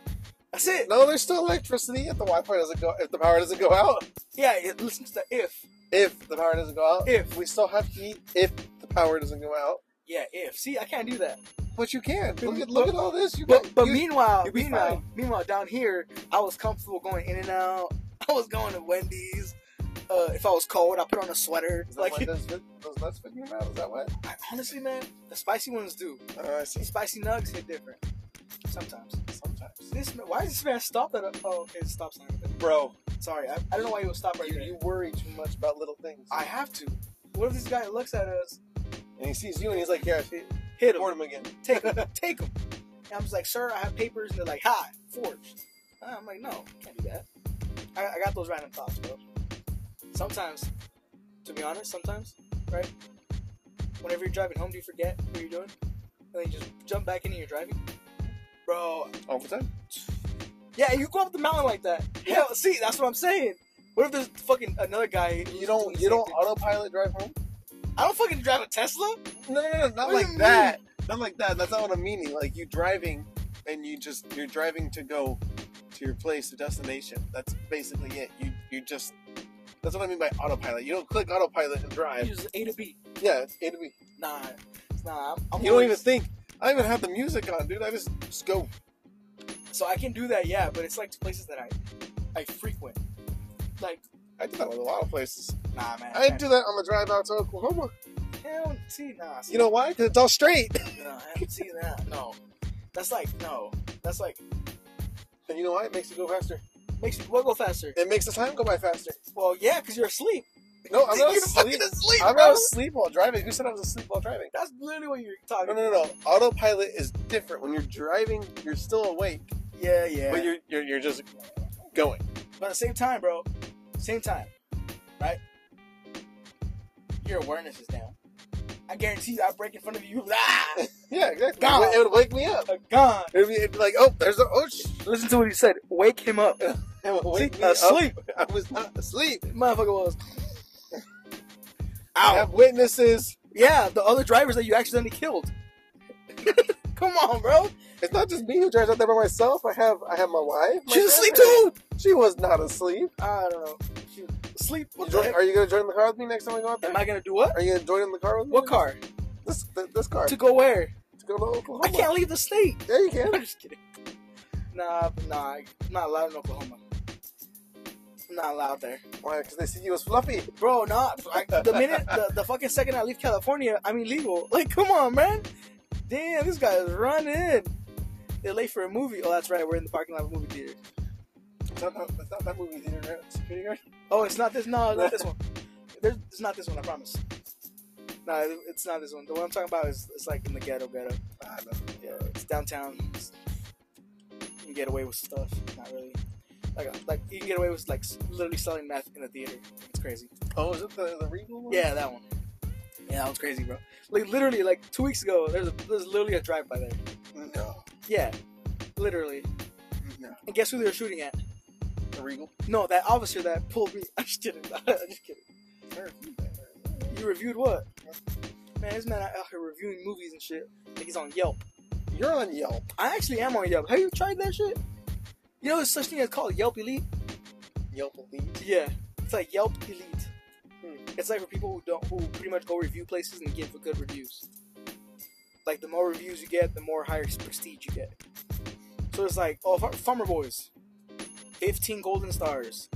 S1: That's it.
S2: no, there's still electricity if the Wi-Fi doesn't go if the power doesn't go out.
S1: Yeah, it, listen to the if,
S2: If the power doesn't go out,
S1: if.
S2: we still have heat. If the power doesn't go out,
S1: Yeah, if. See, I can't do that.
S2: but you can look at
S1: But-
S2: look at all this. You
S1: But
S2: got-
S1: but
S2: you-
S1: meanwhile,
S2: you'll be
S1: meanwhile, meanwhile, down here, I was comfortable going in and out. I was going to Wendy's. Uh, if I was cold, I put on a sweater.
S2: Is that
S1: Like
S2: what those, those nuts fit in your mouth? Is that what?
S1: I- honestly, man, the spicy ones do.
S2: Oh, I see.
S1: Spicy nugs hit different sometimes.
S2: Sometimes,
S1: This man, why does this man stop at a? Oh, okay, stop sign.
S2: bro,
S1: Sorry, I, I don't know why he would stop right
S2: you,
S1: there.
S2: you worry too much about little things.
S1: I have to. What if this guy looks at us?
S2: and he sees you, and he's like, "Yeah, I see it."
S1: Hit him.
S2: board him again."
S1: take them, take them. And I'm just like, sir, I have papers, and they're like, hi, forged. And I'm like, no, can't do that. I, I got those random thoughts, bro. Sometimes, to be honest, sometimes, right? Whenever you're driving home, do you forget what you're doing? And then you just jump back into your driving, bro.
S2: All the time.
S1: Yeah, and you go up the mountain like that. Yeah, see, that's what I'm saying. What if there's fucking another guy?
S2: You don't.
S1: who's
S2: You don't
S1: doing
S2: autopilot drive home.
S1: the same thing? I don't fucking drive a Tesla.
S2: No, no, no,
S1: What
S2: not
S1: do
S2: like
S1: you
S2: that. Not like that. That's not what I'm meaning. Like you driving, and you just you're driving to go to your place, to destination. That's basically it. You you just that's what I mean by autopilot. You don't click autopilot and
S1: You
S2: drive.
S1: just A to B.
S2: yeah, it's A to B.
S1: Nah, nah. I'm, I'm
S2: You don't
S1: always-
S2: even think. I don't even have the music on, dude. I just just go.
S1: So I can do that, yeah, but it's like to places that I I frequent. Like,
S2: I do that with a lot of places.
S1: nah, man.
S2: I do that on the drive out to Oklahoma.
S1: Hell, see, nah. See,
S2: You know why? Because it's all straight.
S1: nah, I don't see that. No, that's like no. That's like
S2: And you know why? It makes you go faster.
S1: makes you well go faster.
S2: It makes the time go by faster.
S1: Well, yeah, because you're asleep.
S2: No, I'm not
S1: you're
S2: asleep.
S1: fucking asleep,
S2: I'm
S1: bro.
S2: not asleep while driving. Who said I was asleep while driving?
S1: That's literally what you're
S2: No,
S1: talking.
S2: no, no. Autopilot is different. When you're driving, you're still awake,
S1: Yeah, yeah.
S2: but you're, you're you're just going.
S1: But at the same time, bro, same time, right? Your awareness is down. I guarantee you, I break in front of you, you ah,
S2: Yeah, exactly.
S1: Gone.
S2: It would- It would wake me up.
S1: are gone.
S2: It'd be, it'd be like, oh, there's a oh, sh-.
S1: Listen to what he said. Wake him up.
S2: It would wake me up.
S1: asleep.
S2: I was not asleep.
S1: Motherfucker was.
S2: I have witnesses.
S1: Yeah, the other drivers that you accidentally killed. Come on, bro.
S2: It's not just me who drives out there by myself. I have I have my wife. my
S1: She's asleep
S2: family. She was not asleep.
S1: I don't know. Shoot. Sleep. What
S2: You
S1: the
S2: join-
S1: heck?
S2: are you gonna join the car with me next time we go out there?
S1: Am I gonna do what?
S2: are you gonna join in the car with me?
S1: What car?
S2: This th- this car
S1: To
S2: to,
S1: go where?
S2: go to Oklahoma.
S1: I can't leave the state.
S2: Yeah, you can.
S1: I'm just kidding. Nah, nah, I'm not allowed in Oklahoma. I'm not allowed there,
S2: Why? Because they see you as fluffy.
S1: bro. Not like, the minute, the, the fucking second I leave California, I'm illegal. Like, come on, man. Damn, this guy is running. They're late for a movie. Oh, that's right. We're in the parking lot of a movie theater.
S2: It's not, that- it's not that movie theater, right? Security guard.
S1: Oh, it's not this. No, it's not this one. There's, it's not this one. I promise. No, it- it's not this one. The one I'm talking about is it's like in the ghetto, ghetto.
S2: Ah, no, no,
S1: Yeah,
S2: no.
S1: it's downtown. It's- you can get away with stuff. Not really. Like, uh, like you can get away with like s- literally selling meth in a theater. It's crazy.
S2: Oh, is it the, the Regal one?
S1: Yeah, that one. Yeah, that was crazy, bro. Like literally, like two weeks ago, there's a, there's literally a drive by there.
S2: No.
S1: Yeah, literally.
S2: No.
S1: And guess who they were shooting at?
S2: The Regal?
S1: No, that officer that pulled me. I'm just kidding. I'm just kidding. You reviewed what? Man, this man out here reviewing movies and shit. Like he's on Yelp.
S2: You're on Yelp.
S1: I actually am on Yelp. Have you tried that shit? You know, there's such thing as called Yelp Elite.
S2: Yelp Elite.
S1: Yeah, it's like Yelp Elite.
S2: Hmm.
S1: It's like for people who don't, who pretty much go review places and give good reviews. Like the more reviews you get, the more higher prestige you get. So it's like, oh, Far- Farmer Boys, 15 golden stars,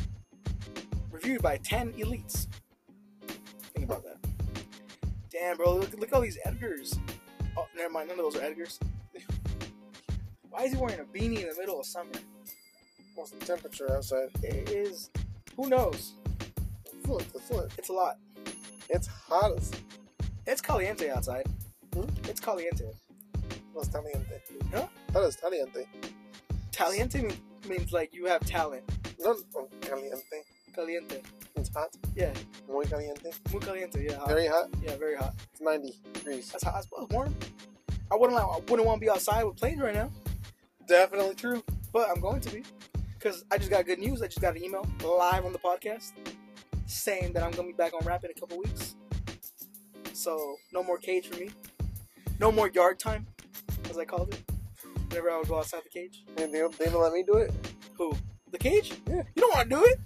S1: reviewed by 10 elites. Think about that. Damn, bro, look, look at all these editors. Oh, never mind, none of those are editors. Why is he wearing a beanie in the middle of summer?
S2: What's the temperature outside?
S1: It is, who knows?
S2: Look, let's look.
S1: It's a lot.
S2: It's hot as
S1: It's caliente outside.
S2: Hmm?
S1: It's caliente.
S2: Los Taliente.
S1: Huh?
S2: That is Taliente.
S1: Taliente mean, means like you have talent.
S2: No, oh, Caliente.
S1: Caliente.
S2: It's hot.
S1: Yeah,
S2: Muy caliente.
S1: muy caliente. Yeah, hot.
S2: Very hot.
S1: yeah, very hot.
S2: It's 90 degrees.
S1: That's hot. That's well, warm. I wouldn't. like- I wouldn't want to be outside with planes right now,
S2: Definitely true.
S1: but I'm going to be, because I just got good news. I just got an email live on the podcast saying that I'm going to be back on rap in a couple weeks. So no more cage for me. No more yard time, as I called it. Whenever I would go outside the cage.
S2: And they don't, they don't let me do it.
S1: Who? The cage?
S2: Yeah.
S1: You don't want to do it.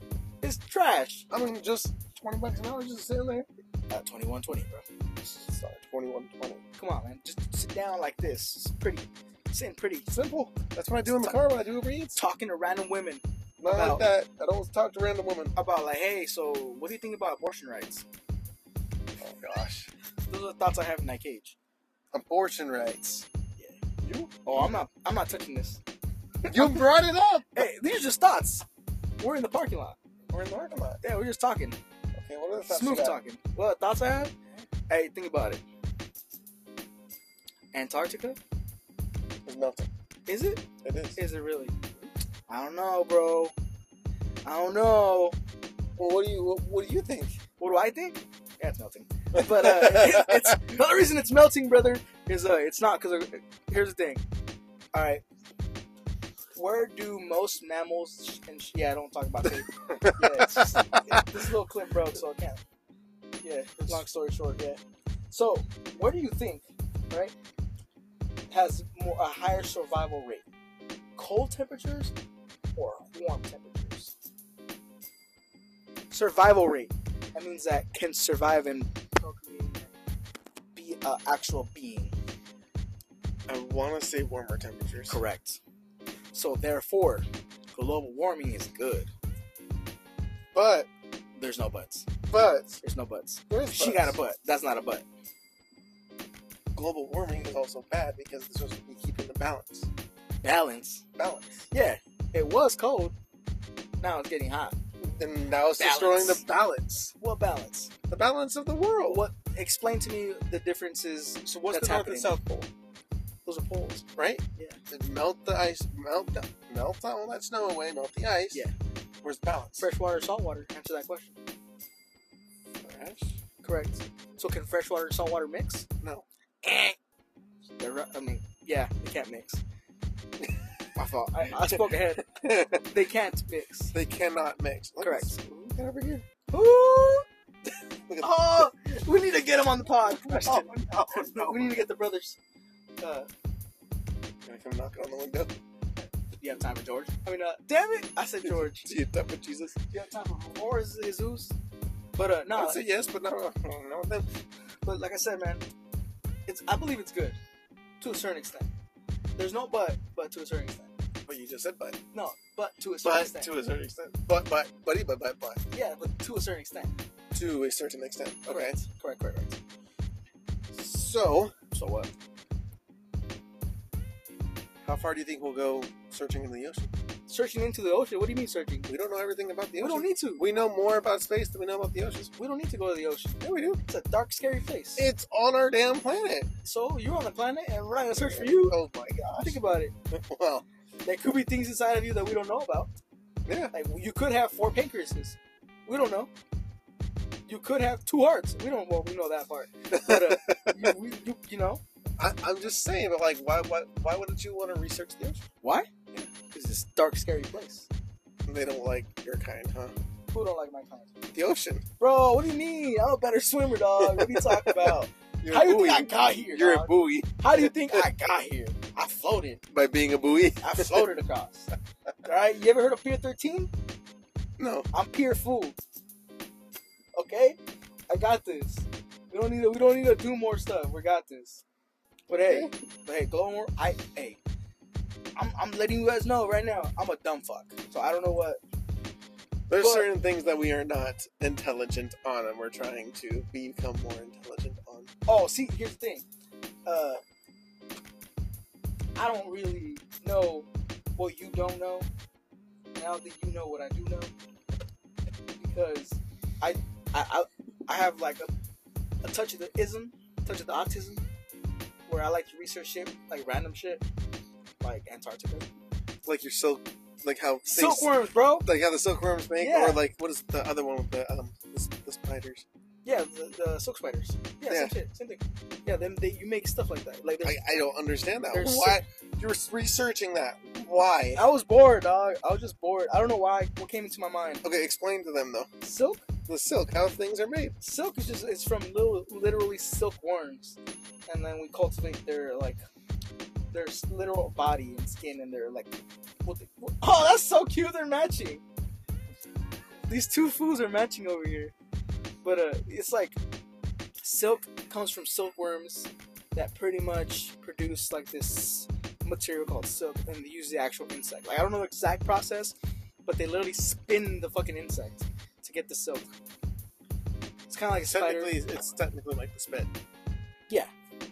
S1: It's trash.
S2: I mean, just 20 bucks an hour just sitting there.
S1: At 2120, bro.
S2: Sorry, 21.20.
S1: Come on, man. Just sit down like this. It's pretty. Sitting pretty.
S2: Simple. That's what I do in the car when I do Uber Eats.
S1: Talking to random women
S2: Not
S1: Wow.
S2: like that. I don't talk to random women.
S1: about like, hey, so what do you think about abortion rights?
S2: Oh, gosh.
S1: Those are the thoughts I have in that cage.
S2: Abortion rights. You?
S1: Oh, I'm not. I'm not touching this.
S2: You brought it up.
S1: Hey, these are just thoughts. We're in the parking lot.
S2: We're in the parking lot.
S1: Yeah, we're just talking.
S2: Okay, what are the thoughts you
S1: Smooth
S2: got?
S1: talking. Well, thoughts I have? Hey, think about it. Antarctica?
S2: It's melting.
S1: Is it?
S2: It is.
S1: Is it really? I don't know, bro. I don't know.
S2: Well, what do you what, what do you think?
S1: What do I think? Yeah, it's melting. But uh, it's the only reason it's melting, brother, is uh, it's not because here's the thing. All right, where do most mammals sh- and sh- yeah, I don't talk about it. yeah, it's just, it's this little clip, bro, so I can't. Yeah, long story short, yeah. So, where do you think, right, has more, a higher survival rate, cold temperatures or warm temperatures? Survival rate. That means that can survive and be an actual being.
S2: I want to say warmer temperatures.
S1: Correct. So therefore, global warming is good.
S2: But
S1: There's no buts.
S2: but
S1: There's no buts.
S2: there is
S1: She
S2: buts.
S1: got a butt. That's not a butt.
S2: Global warming is also bad because it's supposed to be keeping the balance.
S1: Balance.
S2: Balance.
S1: Yeah, it was cold. Now it's getting hot.
S2: And now it's destroying
S1: Balance.
S2: the balance.
S1: What balance?
S2: The balance of the world.
S1: What? Explain to me the differences.
S2: So what's
S1: That's
S2: the north
S1: happening.
S2: and south pole?
S1: Those are poles.
S2: Right?
S1: Yeah.
S2: It melt the ice. Melt the, melt all that snow away. Melt the ice.
S1: Yeah.
S2: Where's the balance?
S1: Freshwater, saltwater. Answer that question.
S2: Fresh?
S1: Correct. So can freshwater and saltwater mix?
S2: No.
S1: Eh. They're ru- I mean, yeah, they can't mix. My fault. I, I spoke ahead. They can't mix.
S2: they cannot mix. Look
S1: Correct.
S2: at this- Look at over here.
S1: Ooh.
S2: Look at
S1: Oh, we need to get him on the pod.
S2: Oh, no, no.
S1: We need to get the brothers. Uh,
S2: Gonna come knock on the window.
S1: you have time for George? I mean, uh, damn it! I said George.
S2: Do you talk with Jesus?
S1: Do you have time for or is Jesus? But uh,
S2: I
S1: no.
S2: would say yes, but not, not with them.
S1: But like I said, man, it's I believe it's good to a certain extent. There's no but, but to a certain extent.
S2: But you just said but.
S1: No, but to a certain
S2: But
S1: extent.
S2: to a certain extent. But, but, buddy, but, but, but.
S1: yeah, but to a certain extent.
S2: To a certain extent. Okay.
S1: Correct. Correct. Correct. Correct.
S2: So,
S1: So what?
S2: how far do you think we'll go searching in the ocean?
S1: Searching into the ocean. What do you mean searching?
S2: We don't know everything about the
S1: We
S2: ocean.
S1: don't need to.
S2: We know more about space than we know about the oceans.
S1: We don't need to go to the ocean.
S2: Yeah, we do.
S1: It's a dark, scary place.
S2: It's on our damn planet.
S1: So you're on the planet, and we're not gonna search for you.
S2: Oh my gosh.
S1: Think about it.
S2: Well,
S1: There could be things inside of you that we don't know about.
S2: yeah.
S1: Like you could have four pancreases. We don't know. You could have two hearts. We don't. Well, we know that part. But uh, you, we, you, you know
S2: I, I'm just saying, but like, why, why, why wouldn't you want to research the ocean?
S1: why? Because it's a dark, scary place.
S2: They don't like your kind, huh?
S1: Who don't like my kind?
S2: The ocean.
S1: Bro, what do you mean? I'm a better swimmer, dog. What are you talking about?
S2: You're
S1: How
S2: a
S1: do you
S2: buoy.
S1: think I got here?
S2: You're a
S1: dog?
S2: buoy
S1: How do you think I got here? I floated.
S2: by being a buoy.
S1: I floated across. All right. You ever heard of Pier 13?
S2: No.
S1: I'm pure food. Okay? I got this. We don't need to we don't need to do more stuff. We got this. But hey, but hey, glowing worm. I hey, I'm, I'm letting you guys know right now. I'm a dumb fuck. So I don't know what.
S2: There's
S1: But-
S2: certain things that we are not intelligent on, and we're trying to become more intelligent on.
S1: Oh, see, here's the thing. Uh, I don't really know what you don't know. And I don't think you know what I do know because I I I, I have like a, a touch of the ism, touch of the autism, where I like to research shit, like random shit, like Antarctica.
S2: Like your silk, like how things,
S1: Silkworms, bro.
S2: like how the silkworms make,
S1: Yeah.
S2: or like what is the other one with the um the, s- the spiders?
S1: Yeah, the, the silk spiders. Yeah,
S2: Yeah.
S1: same shit, same thing. Yeah, them they you make stuff like that. Like
S2: I,
S1: there's-
S2: I don't understand that.
S1: There's
S2: Why you were researching that? Why?
S1: I was bored, dog. I was just bored. I don't know why. What came into my mind?
S2: Okay, explain to them though.
S1: Silk.
S2: The silk, how things are made.
S1: Silk is just it's from little, literally silkworms, and then we cultivate their like their s- literal body and skin and their like. What the, what- oh, that's so cute. They're matching. These two fools are matching over here, but uh, it's like silk comes from silkworms that pretty much produce like this material called silk, and they use the actual insect. Like I don't know the exact process, but they literally spin the fucking insect to get the silk. It's kind of like a spider.
S2: Technically, it's technically like the spit.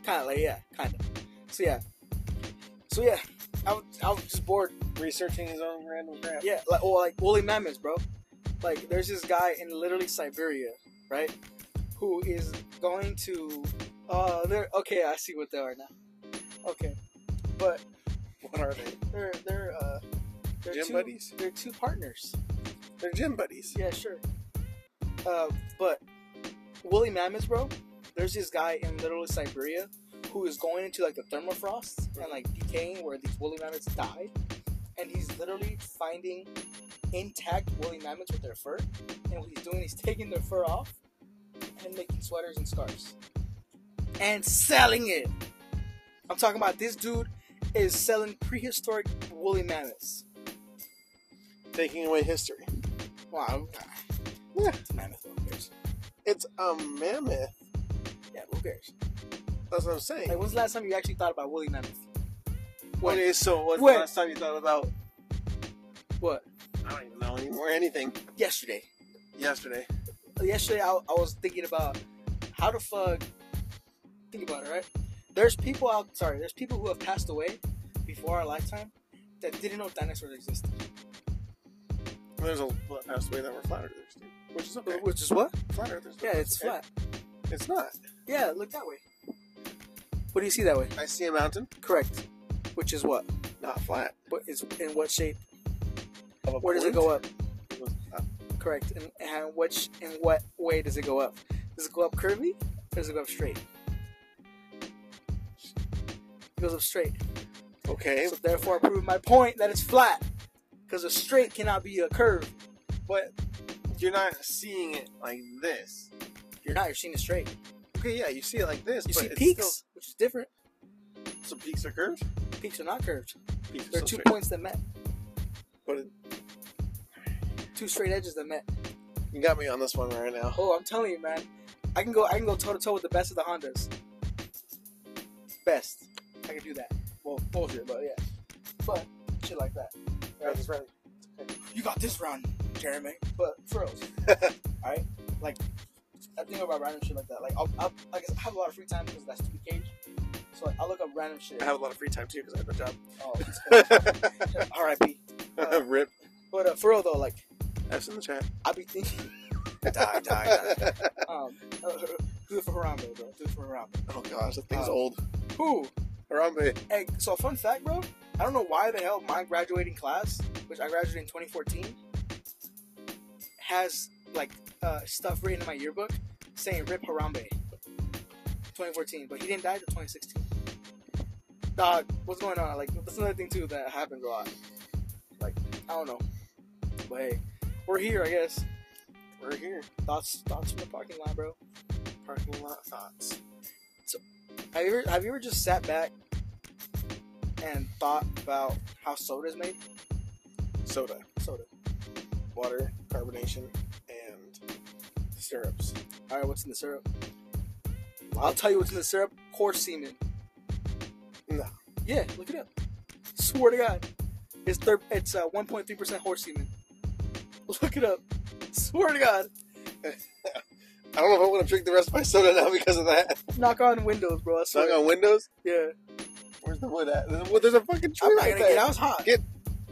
S1: Kind of like yeah, kind of. So yeah, so yeah, I was, I was just bored.
S2: Researching his own random crap.
S1: Yeah, like well, like woolly mammoths, bro. Like there's this guy in literally Siberia, right? Who is going to? Uh, they're okay. I see what they are now. Okay, but
S2: What are they?
S1: they're they're uh they're
S2: Gym
S1: two,
S2: buddies?
S1: They're two partners.
S2: They're gym buddies.
S1: Yeah, sure. Uh, but woolly mammoths, bro. There's this guy in literally Siberia who is going into like the thermofrost and like decaying where these woolly mammoths died, and he's literally finding intact woolly mammoths with their fur. And what he's doing, he's taking their fur off and making sweaters and scarves and selling it. I'm talking about this dude is selling prehistoric woolly mammoths.
S2: Taking away history.
S1: Wow,
S2: Yeah.
S1: it's a mammoth. Who cares?
S2: It's a mammoth.
S1: Yeah, who cares?
S2: That's what I'm saying.
S1: Like, when's the last time you actually thought about woolly mammoth?
S2: What is so? What's
S1: Wait.
S2: the last time you thought about?
S1: What?
S2: I don't even know anymore. Anything
S1: Yesterday.
S2: yesterday?
S1: Yesterday, I, I was thinking about how the fuck. Think about it, right? There's people out. Sorry, there's people who have passed away before our lifetime that didn't know dinosaurs existed.
S2: There's a lot passed away that were flat earthers, dude. Which is okay.
S1: Which is what?
S2: Flat earthers.
S1: Yeah, it's
S2: okay.
S1: flat.
S2: It's not.
S1: Yeah, look that way. What do you see that way?
S2: I see a mountain,
S1: Correct. Which is what?
S2: not flat.
S1: What is in what shape?
S2: Of a
S1: Where does it
S2: point.
S1: go up?
S2: It goes up.
S1: Correct. And, and which in what way does it go up? Does it go up curvy? Or does it go up straight? It goes up straight.
S2: Okay,
S1: So therefore, I prove my point that it's flat, because a straight cannot be a curve.
S2: but you're not seeing it like this.
S1: You're not. You're seeing it straight.
S2: Okay, yeah, you see it like this.
S1: You
S2: but
S1: see
S2: it's
S1: peaks, which is different.
S2: Still, so peaks are curved.
S1: Peaks are not curved.
S2: Peaks
S1: There
S2: are
S1: are
S2: still
S1: two
S2: straight.
S1: points that met,
S2: But it,
S1: two straight edges that met.
S2: you got me on this one right now.
S1: Oh, I'm telling you, man, I can go. I can go toe to toe with the best of the Hondas. Best. I can do that. Well, bullshit, but yeah. But shit like that.
S2: Got this right.
S1: you got this round, Jeremy. But frills, alright? Like, I think about random shit like that. Like, I'll, I'll, like I have a lot of free time because that's stupid cage. So, like, I look up random shit.
S2: I have a lot of free time too because I have a job.
S1: Oh, RIP. Uh,
S2: Rip.
S1: but uh, for real though, like,
S2: F's in the chat.
S1: I be thinking,
S2: die, die, die.
S1: um, uh, do it for Harambe, bro. Do it for Harambe.
S2: Oh gosh, that thing's
S1: Uh,
S2: old.
S1: Who?
S2: Harambe.
S1: Hey, so fun fact, bro. I don't know why the hell my graduating class, which I graduated in 2014, has like uh, stuff written in my yearbook saying "Rip Harambe." 2014, but he didn't die till 2016. Dog, what's going on? Like that's another thing too that happens a lot. Like I don't know, but hey, we're here, I guess.
S2: We're here.
S1: Thoughts, thoughts from the parking lot, bro.
S2: Parking lot thoughts.
S1: Have you ever, have you ever just sat back and thought about how soda's made?
S2: Soda,
S1: Soda.
S2: water, carbonation, and syrups.
S1: All right, what's in the syrup? I'll tell you what's in the syrup. Horse semen.
S2: No.
S1: Yeah, look it up. Swear to God, it's thir- it's uh, 1.3% horse semen. Look it up. Swear to God.
S2: I don't know if I'm gonna drink the rest of my soda now because of that.
S1: Knock on windows, bro. I
S2: So I
S1: swear.
S2: got windows.
S1: Yeah.
S2: Where's the wood at? There's a, there's a fucking tree
S1: I'm not
S2: right
S1: gonna
S2: there.
S1: get out. It's hot.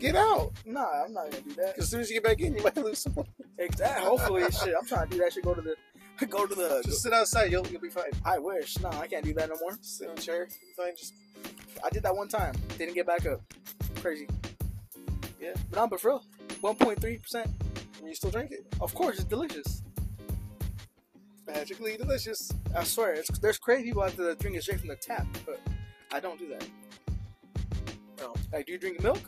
S2: Get out.
S1: Nah, I'm not gonna do that.
S2: As soon as you get back in, you might lose someone.
S1: Exactly. Hopefully, shit. I'm trying to do that. Shit, go to the, go to the.
S2: Just sit outside. You'll you'll be fine.
S1: I wish. Nah, I can't do that no more.
S2: Just sit in a chair. You'll be fine. Just
S1: I did that one time. Didn't get back up. Crazy.
S2: Yeah.
S1: But I'm but for real. 1.3%.
S2: you still drink it.
S1: Of course, it's delicious.
S2: Magically delicious.
S1: I swear, it's, there's crazy people out there that drink it straight from the tap, but I don't do that.
S2: No.
S1: Like, do you drink milk?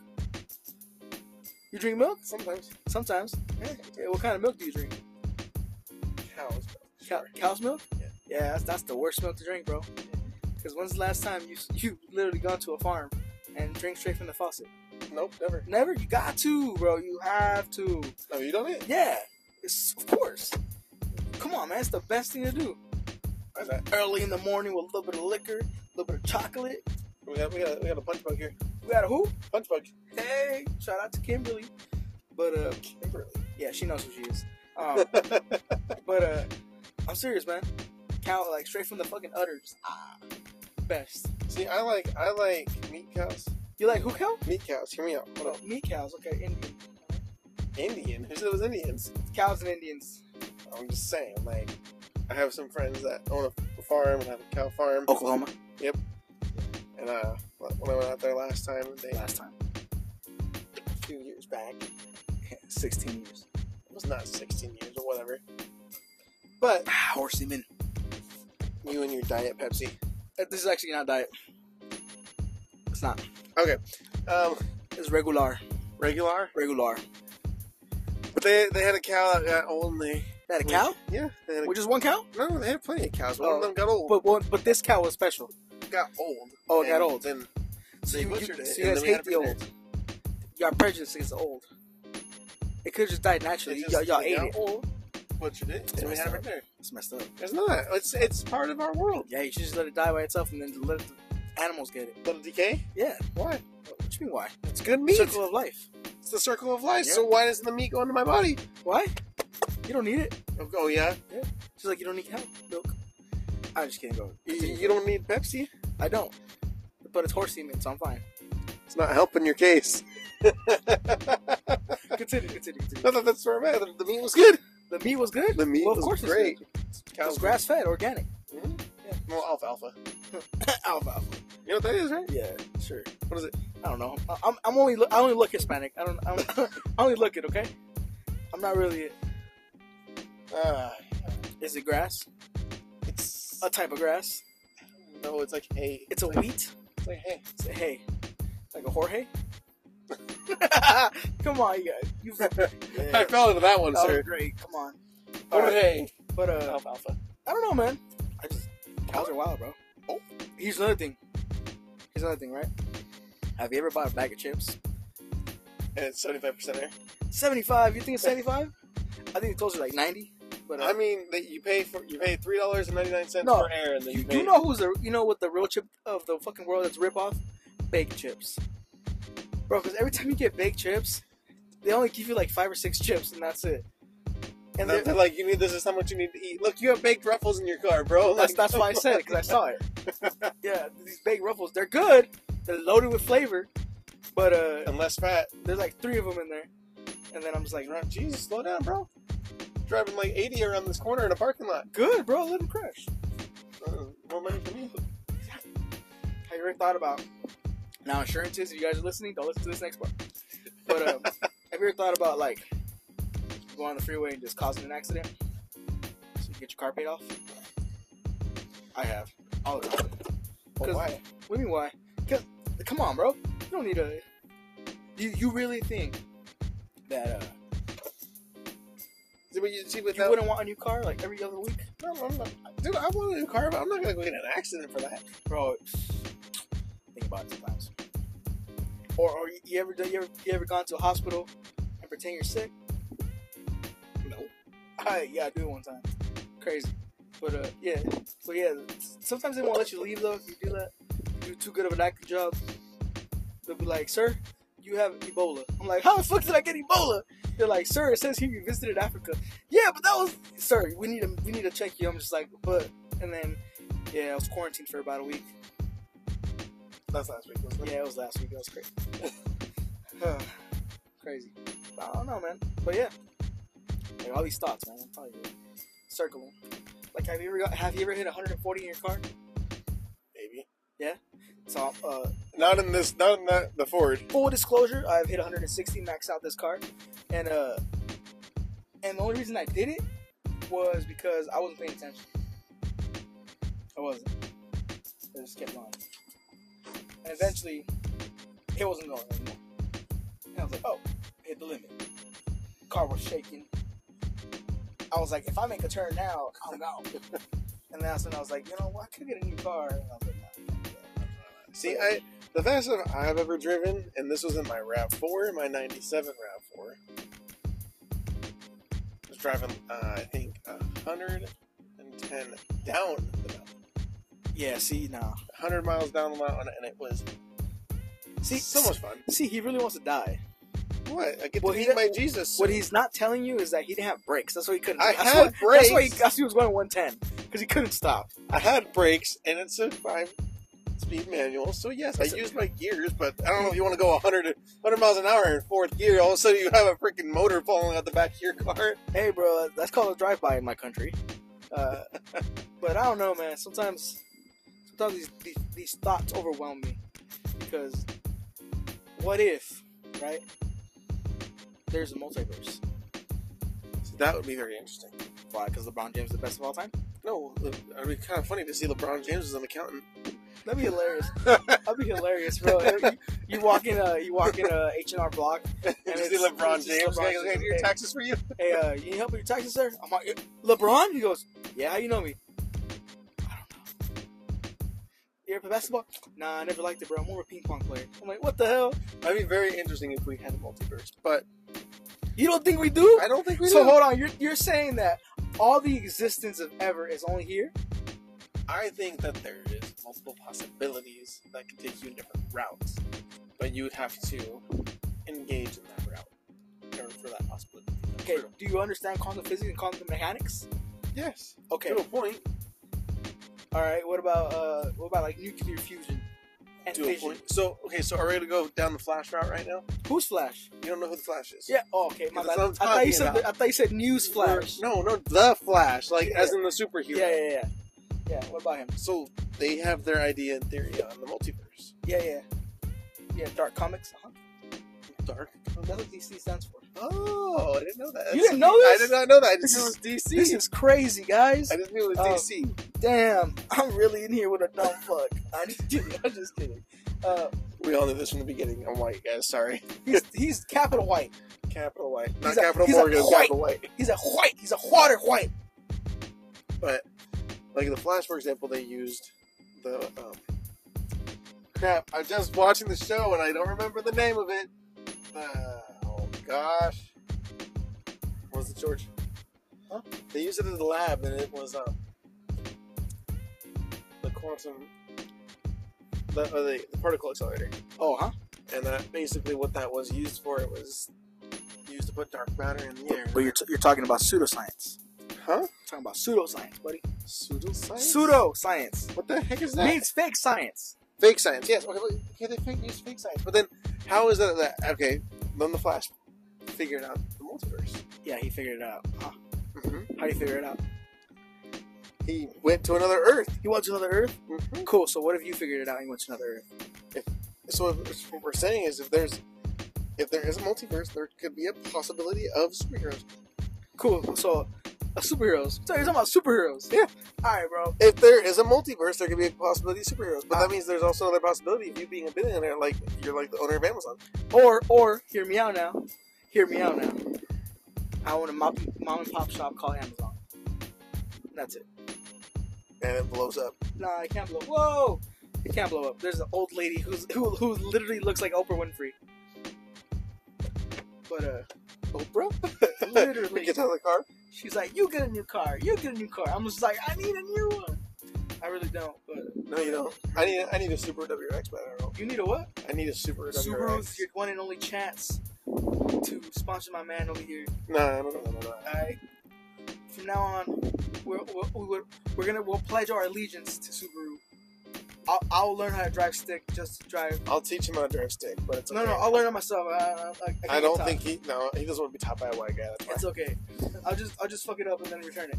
S1: You drink milk?
S2: Sometimes.
S1: Sometimes.
S2: Yeah.
S1: Yeah, what kind of milk do you drink?
S2: Cows.
S1: Cow, cow's milk?
S2: Yeah.
S1: Yeah, that's, that's the worst milk to drink, bro. Because when's the last time you you literally gone to a farm and drink straight from the faucet?
S2: Nope. Never.
S1: Never. You got to, bro. You have to.
S2: No, you don't it.
S1: Yeah. It's of course. Come on, man. It's the best thing to do.
S2: Why not?
S1: Early in the morning with a little bit of liquor, a little bit of chocolate.
S2: We got we got we got a punch bug here.
S1: We got a who?
S2: Punch bug.
S1: Hey, shout out to Kimberly. But uh,
S2: Kimberly.
S1: yeah, she knows who she is. Um, but uh, I'm serious, man. Cow like straight from the fucking udders. Ah, best.
S2: See, I like I like meat cows.
S1: You like who cow?
S2: Meat cows. Hear me out. Hold
S1: Oh,
S2: up.
S1: me cows. Okay, Indian.
S2: Indian. Who said it was Indians?
S1: Cows and Indians.
S2: I'm just saying. Like, I have some friends that own a farm and have a cow farm.
S1: Oklahoma.
S2: And uh, when I went out there last time, they
S1: Last time.
S2: a few years back.
S1: 16 years.
S2: It was not 16 years or whatever. But
S1: Ah, horsemen.
S2: you and your diet Pepsi.
S1: Uh, This is actually not diet. It's not.
S2: Um,
S1: It's regular.
S2: regular.
S1: Regular.
S2: But they they had a cow that got old and they.
S1: That a cow?
S2: Yeah. They had a,
S1: Well, just one cow?
S2: no, they had plenty of cows. One
S1: Oh.
S2: of them got old.
S1: But one, but this cow was special.
S2: got old.
S1: Oh, it got
S2: and
S1: old.
S2: Then
S1: So
S2: they
S1: you, you,
S2: butchered it.
S1: so
S2: and
S1: you guys
S2: then we had
S1: hate
S2: it for
S1: the
S2: dinner.
S1: old. Y'all prejudice against the old. It could have just died
S2: They
S1: naturally.
S2: just-
S1: y'all y'all
S2: they
S1: ate
S2: got
S1: it.
S2: Old, butchered it.
S1: It's
S2: And we
S1: messed
S2: had it for
S1: up.
S2: dinner.
S1: It's messed up.
S2: It's not. It's it's part of our world.
S1: Yeah, you should just let it die by itself and then just let the animals get it.
S2: Little decay.
S1: Yeah.
S2: Why?
S1: What you mean why?
S2: It's good meat.
S1: Circle of life.
S2: It's the circle of life.
S1: Yeah.
S2: So why doesn't the meat go into my body?
S1: Why? You don't need it.
S2: Oh yeah.
S1: Just like you don't need cow milk. I just can't go.
S2: You, you don't need Pepsi.
S1: I don't. But it's horse semen, so I'm fine.
S2: It's not helping your case.
S1: Continue, continue, continue.
S2: Not that that's where I'm at. The, the meat was good.
S1: The meat was good.
S2: The meat
S1: Well, of
S2: was
S1: course it's
S2: great.
S1: It's grass fed, organic.
S2: Mhm.
S1: Yeah.
S2: Well, alfalfa.
S1: alpha, alpha.
S2: You know what that is, right?
S1: Yeah, sure.
S2: What is it?
S1: I don't know. I- I'm, I'm only look, I only look Hispanic. I don't I, don't, I only look it. Okay, I'm not really.
S2: Uh,
S1: Is it grass?
S2: it's
S1: A type of grass?
S2: Uh, no. It's like hay.
S1: It's a
S2: like,
S1: wheat.
S2: It's like hay.
S1: It's a hay. Like a Jorge. Come on, you guys. You,
S2: I
S1: yeah.
S2: fell into that one,
S1: That was
S2: sir.
S1: great. Come on. All right.
S2: Hooray!
S1: But uh,
S2: Alfalfa.
S1: I don't know, man. I just cows are wild, bro.
S2: Oh.
S1: here's another thing. Here's another thing, right? Have you ever bought a bag of chips?
S2: And it's seventy-five percent air.
S1: 75. You think it's 75? I think the told you like 90. But uh,
S2: I mean, that you pay for you pay three dollars and ninety-nine cents
S1: No.
S2: for air, and then you,
S1: you,
S2: pay.
S1: you know who's the you know what the real chip of the fucking world that's rip off? Baked chips, bro. Because every time you get baked chips, they only give you like five or six chips and that's it. And
S2: And they're,
S1: they're-
S2: they're like, you need this is how much you need to eat. Look, you have baked ruffles in your car, bro.
S1: that's
S2: Like,
S1: that's why I said it because I saw it. yeah, these baked ruffles, they're good. They're loaded with flavor, but uh,
S2: And less fat.
S1: there's like three of them in there, and then I'm just like,
S2: Like, Jesus, slow down, bro. Driving like 80 around this corner in a parking lot.
S1: good, bro. Let them crash.
S2: Uh, more money for me.
S1: Have you ever thought about now insurances? If you guys are listening, don't listen to this next part. But um, have you ever thought about like going on the freeway and just causing an accident so you get your car paid off? I have all the time.
S2: Well,
S1: 'Cause-
S2: why?
S1: What do you mean why? Cause come on, bro, you don't need a. You you really think that uh,
S2: See, but you see,
S1: you
S2: with that,
S1: wouldn't want a new car like every other week,
S2: no, I'm not, dude, I want a new car, but I'm not gonna go get in an accident for that.
S1: bro? Think about it sometimes. Or or you- you ever done- you ever you ever gone to a hospital and pretend you're sick?
S2: No.
S1: I yeah, I do it one time. Crazy. But uh yeah. So yeah, sometimes they won't let you leave though if you do that. You do too good of an acting job, they'll be like, sir, you have Ebola. I'm like, how the fuck did I get Ebola? They're like, sir, it says here you visited Africa. Yeah, but that was, sir, we need to we need to check you. I'm just like, but, and then, yeah, I was quarantined for about a week.
S2: That's last week, wasn't it?
S1: Yeah, it was last week. That was crazy. crazy. I don't know, man. But yeah, like all these thoughts, man. I'm telling you, circling. Like, have you ever got, have you ever hit 140 in your car?
S2: Maybe.
S1: So, uh,
S2: Not in this. Not in that. The Ford.
S1: full disclosure, I've hit 160 max out this car, and uh, and the only reason I did it was because I wasn't paying attention. I wasn't. I just kept going, and eventually, it wasn't going anymore. And I was like, oh, I hit the limit. Car was shaking. I was like, if I make a turn now, I'm gone. and that's when I was like, you know what, I could get a new car. And I was like, nah, fuck that.
S2: See, I the fastest I've ever driven, and this was in my Rav Four, my '97 Rav Four. Was driving, uh, I think, 110 down the mountain,
S1: Yeah, see, nah.
S2: 100 miles down the mountain, and it was
S1: See,
S2: so much fun.
S1: See, he really wants to die.
S2: What? I get
S1: Well,
S2: to
S1: he
S2: meet my
S1: didn't-
S2: Jesus.
S1: What
S2: soon.
S1: he's not telling you is that he didn't have brakes. That's why he couldn't.
S2: I
S1: that's
S2: had
S1: why, That's why, he,
S2: brakes.
S1: that's why he was going 110 because he couldn't stop.
S2: I had brakes, and it's a five-speed manual, so yes, I
S1: That's a-
S2: used my gears. But I don't know if you want to go 100, 100 miles an hour in fourth gear. All of a sudden, you have a freaking motor falling out the back of your car.
S1: Hey, bro, that's called a drive-by in my country. Uh, but I don't know, man. Sometimes, sometimes these, these these thoughts overwhelm me because what if, right? There's a multiverse.
S2: So that would be very interesting.
S1: Why? Because LeBron James is the best of all time.
S2: No, it would be kind of funny to see LeBron James as an accountant.
S1: That'd be hilarious. That'd be hilarious, bro. You, you walk in a you walk in a H and R Block. And
S2: see
S1: it's-
S2: LeBron
S1: it's just
S2: James.
S1: LeBron
S2: Hey, hey,
S1: James.
S2: do your
S1: Hey,
S2: taxes for you?
S1: hey, uh, you need help with your taxes, sir? I'm like, "Eh, LeBron? He goes, yeah, how you know me? I don't know. You ever play basketball? Nah, I never liked it, bro. I'm more of a ping pong player. I'm like, what the hell?
S2: That'd be very interesting if we had a multiverse, but
S1: You don't think we do?
S2: I don't think we
S1: So
S2: do.
S1: hold on, you're, you're saying that all the existence of ever is only here?
S2: I think that there is multiple possibilities that could take you in different routes, but you would have to engage in that route in order for that possibility. to come
S1: Okay,
S2: true.
S1: do you understand quantum physics and quantum mechanics?
S2: Yes.
S1: Okay,
S2: To a point.
S1: all right. What about uh, what about like nuclear fusion and
S2: To a
S1: fission?
S2: point. So okay. So are we gonna go down the Flash route right now?
S1: Who's Flash?
S2: You don't know who the Flash is.
S1: Yeah. Oh, okay. My
S2: That's what
S1: bad. I
S2: I'm
S1: thought you
S2: talking
S1: said.
S2: about.
S1: I thought you said news flash.
S2: No, no, the Flash, like as in the superhero.
S1: Yeah, yeah, yeah. Yeah. What about him?
S2: So they have their idea and theory on the multiverse.
S1: Yeah, yeah. Yeah. Dark comics. Uh-huh.
S2: Dark.
S1: That's what DC stands for.
S2: Oh, I didn't know that.
S1: You didn't know
S2: I
S1: this?
S2: did not know that. I
S1: This
S2: just knew it
S1: is-
S2: was DC.
S1: This is crazy, guys.
S2: I just knew it was
S1: Oh.
S2: DC.
S1: Damn, I'm really in here with a dumb fuck. I'm just kidding. I'm just kidding. Uh,
S2: We all knew this from the beginning. I'm white, guys. Sorry.
S1: he's he's capital white.
S2: Capital white, not
S1: He's a-
S2: capital
S1: he's a
S2: Morgan,
S1: white.
S2: capital white.
S1: He's a white. He's a water white.
S2: But like the Flash, for example, they used the um, crap. I'm just watching the show and I don't remember the name of it. Uh, oh gosh, what was it George?
S1: Huh?
S2: They used it in the lab and it was um, the quantum, the, uh, the the particle accelerator,
S1: Oh, huh?
S2: and that basically what that was used for. It was used to put dark matter in the air.
S1: But you're t- you're talking about pseudoscience.
S2: huh?
S1: talking about pseudoscience, buddy.
S2: Pseudoscience.
S1: Pseudoscience
S2: What the heck is that?
S1: means fake science.
S2: Fake science, yes. Okay, but- okay, they fake news, fake science. But then, how is that? that okay, then the Flash figured out the multiverse.
S1: Yeah, he figured it out. Huh.
S2: Mm-hmm.
S1: How do you figure it out?
S2: He went to another Earth.
S1: He went to another Earth.
S2: Mm-hmm.
S1: Cool. So what if you figured it out and you went to another Earth?
S2: So if, if what we're saying is, if there's if there is a multiverse, there could be a possibility of superheroes.
S1: Cool. So, uh, superheroes. So you're talking about superheroes?
S2: Yeah.
S1: All right, bro.
S2: If there is a multiverse, there could be a possibility of superheroes. But that means there's also another possibility of you being a billionaire, like you're like the owner of Amazon.
S1: Or or hear me out now. Hear me out now. I own a mom, mom and pop shop called Amazon. That's it.
S2: And it blows up.
S1: Nah, it can't blow. Whoa! It can't blow up. There's an old lady who's who, who literally looks like Oprah Winfrey. But uh,
S2: Oprah?
S1: literally,
S2: Gets out of the car.
S1: she's like, "You get a new car. You get a new car." I'm just like, "I need a new one." I really don't. But
S2: No, you don't. I need I need a Super WRX by the road.
S1: you need a what?
S2: I need a Super
S1: Subaru's
S2: WRX.
S1: your one and only chance to sponsor my man over here.
S2: Nah, no, no, no, no, no.
S1: I from now on, we're we're, we're, we're gonna we'll pledge our allegiance to Subaru. I'll, I'll learn how to drive stick just to drive.
S2: I'll teach him how to drive stick, but it's okay.
S1: No, no, I'll learn it myself. I, I, I, can
S2: I don't
S1: top.
S2: think he. No, he doesn't want to be top by a white guy. That's why.
S1: it's okay. I'll just I'll just fuck it up and then return it.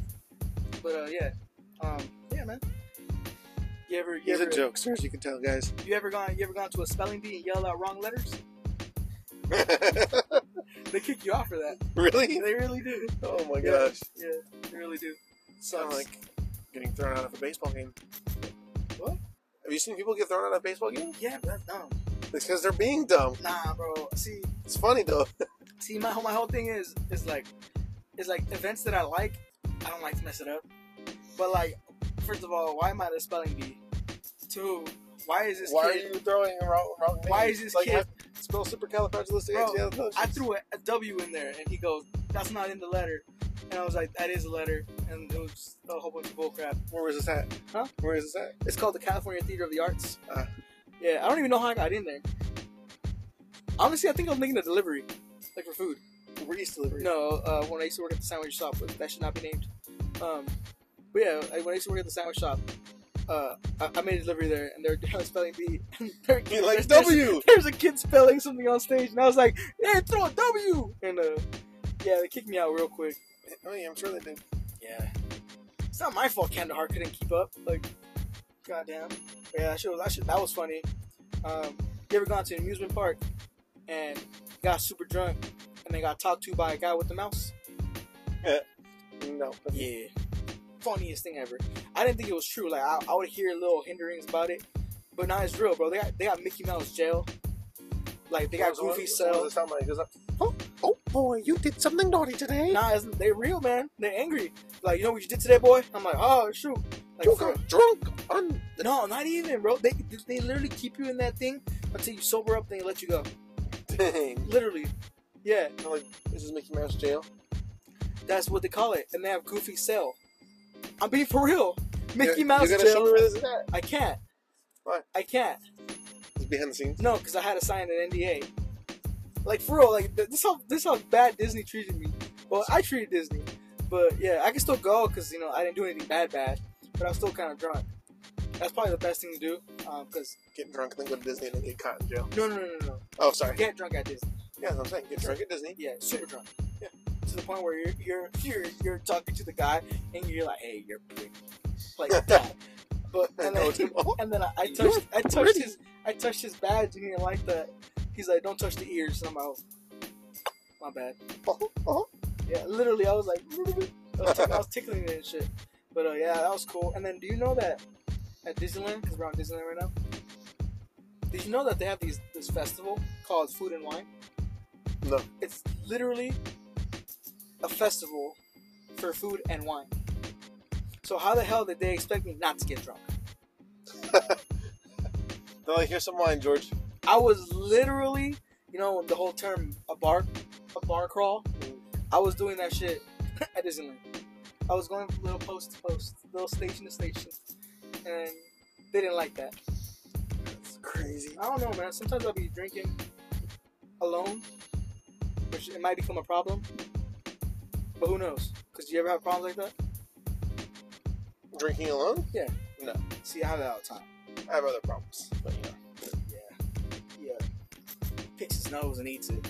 S1: But uh, yeah, um, yeah, man. You ever you
S2: He's a
S1: ever
S2: jokester, as you can tell, guys.
S1: you ever gone you ever gone to a spelling bee and yelled out wrong letters? They kick you off for that.
S2: really?
S1: They really do.
S2: Oh my
S1: Yeah.
S2: gosh!
S1: Yeah, they really do.
S2: Sound
S1: Sucks.
S2: like getting thrown out of a baseball game.
S1: What?
S2: Have you seen people get thrown out of baseball games?
S1: yeah, but that's dumb.
S2: It's because they're being dumb.
S1: Nah, bro. See,
S2: It's funny though.
S1: See, my whole my whole thing is is like is like events that I like. I don't like to mess it up. But like, first of all, why am I at a spelling bee? Two, why is this
S2: Why are
S1: kid?
S2: you throwing wrong? wrong
S1: Why
S2: names?
S1: is this
S2: like,
S1: kid-
S2: I spell supercalifragilisticexpialidocious?
S1: I threw a, a W in there, and he goes, "That's not in the letter." And I was like, "That is a letter," and it was just a whole bunch of bullcrap.
S2: Where was this at?
S1: Huh?
S2: Where is this at?
S1: It's called the California Theater of the Arts. Uh,
S2: Ah.
S1: yeah, I don't even know how I got in there. Honestly, I think I'm making a delivery, like for food.
S2: Reese delivery.
S1: No, uh, when I used to work at the sandwich shop, but that should not be named. Um, but yeah, I, when I used to work at the sandwich shop, uh, I, I made a delivery there, and they were doing spelling bee. And they're,
S2: You're like
S1: there's, there's-
S2: W.
S1: There's a kid spelling something on stage, and I was like, "Hey, throw a W!" And uh, yeah, they kicked me out real quick.
S2: I mean, Oh, I'm sure they did.
S1: Yeah, it's not my fault. Camden Hart couldn't keep up. Like, goddamn. But yeah, that shit was that, shit, that was funny. Um, you ever gone to an amusement park and got super drunk, and then got talked to by a guy with a mouse?
S2: No.
S1: Yeah. Funniest thing ever. I didn't think it was true. Like I, I would hear little hinderings about it, but now it's real, bro. They got they got Mickey Mouse jail. Like they got
S2: What was-
S1: Goofy
S2: what was
S1: cell.
S2: it sound like? It was like, oh, oh boy, you did something naughty today.
S1: Nah, it's, they real, man. They're angry. Like you know what you did today, boy. I'm like, oh shoot. Like,
S2: you
S1: for-
S2: got drunk on.
S1: no, not even, bro. They they literally keep you in that thing until you sober up, then they let you go.
S2: Dang.
S1: Literally. Yeah,
S2: I'm like, this is Mickey Mouse jail.
S1: that's what they call it, and they have Goofy cell. I'm being for real. Mickey
S2: You're-
S1: Mouse
S2: You're gonna show
S1: jail.
S2: me where this is at?
S1: I can't.
S2: Why?
S1: I can't.
S2: It's behind the scenes.
S1: No, because I had to sign an NDA. Like for real, like th- this how this how bad Disney treated me. Well, I treated Disney, but yeah, I can still go because you know I didn't do anything bad bad, but I was still kind of drunk. That's probably the best thing to do. Um, cause
S2: Get drunk and then go to Disney and then get caught in jail.
S1: no, no, no, no, no,
S2: Oh, sorry.
S1: get drunk at Disney.
S2: Yeah, that's what I'm saying. Get drunk at Disney.
S1: Yeah, super drunk. Yeah, to the point where you're you're you're, you're talking to the guy and you're like, hey, you're pretty, like that. But
S2: I
S1: and
S2: know
S1: then,
S2: it's him. Oh,
S1: and then I, I
S2: You're
S1: touched I touched
S2: pretty.
S1: his I touched his badge and he didn't like that. He's like, don't touch the ears. And I'm like, "Oh, my bad.
S2: oh, oh.
S1: Yeah, literally, I was like, I was, tick- I was tickling it and shit. But uh, yeah, that was cool. And then, do you know that at Disneyland, because we're on Disneyland right now, did you know that they have these this festival called Food and Wine?
S2: No.
S1: It's literally a festival for food and wine. So how the hell did they expect me not to get drunk?
S2: They're like, here's some wine, George.
S1: I was literally, you know, the whole term a bar, a bar crawl.
S2: Mm.
S1: I was doing that shit at Disneyland. I was going from little post to post, little station to station, and they didn't like that.
S2: That's crazy.
S1: I don't know, man. Sometimes I'll be drinking alone, which it might become a problem. But who knows? Cause do you ever have problems like
S2: Drinking alone?
S1: that? See, I have that all the time.
S2: I have other problems. But you know.
S1: Yeah, yeah. Picks his nose and eats it.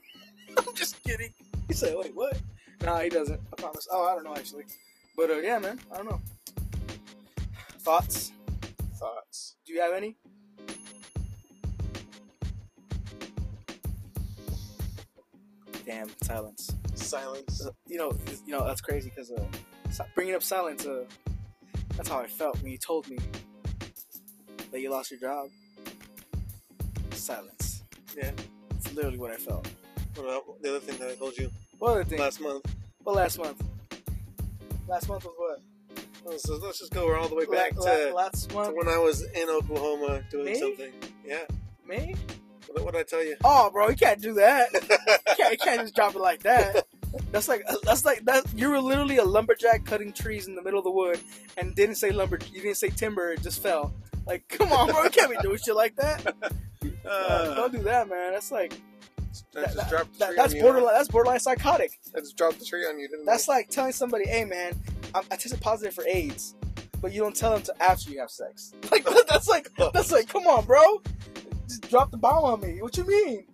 S1: I'm just kidding. He said, "Wait, what?" Nah, he doesn't. I promise. Oh, I don't know actually. But uh, yeah, man, I don't know. Thoughts?
S2: Thoughts.
S1: Do you have any? Damn silence.
S2: Silence.
S1: You know, it's- you know that's crazy because uh, si- bringing up silence. Uh, that's how I felt when you told me that you lost your job. Silence.
S2: Yeah.
S1: It's literally what I felt.
S2: What about the other thing that I told you
S1: What other thing?
S2: last month?
S1: what last month? Last month was what?
S2: Let's just, let's just go all the way
S1: La-
S2: back
S1: la-
S2: to,
S1: last
S2: to
S1: month,
S2: when I was in Oklahoma doing
S1: Me?
S2: something. Yeah.
S1: May?
S2: What did I tell you?
S1: Uh, Oh, bro, you can't do that. You can't, you can't just drop it like that. That's like that's like that. You were literally a lumberjack cutting trees in the middle of the wood, and didn't say lumber. You didn't say timber. It just fell. Like, come on, bro, you can't be doing shit like that. Uh,
S2: Uh,
S1: don't do that, man. That's like
S2: I
S1: that-
S2: just dropped the
S1: that,
S2: tree
S1: that's
S2: on you.
S1: borderline. That's borderline psychotic.
S2: I just dropped the tree on you, didn't
S1: That's
S2: I?
S1: like telling somebody, "Hey, man, I'm, I tested positive for AIDS," but you don't tell them to after you have sex. Like that's like that's like, come on, bro, just drop the bomb on me. What you mean?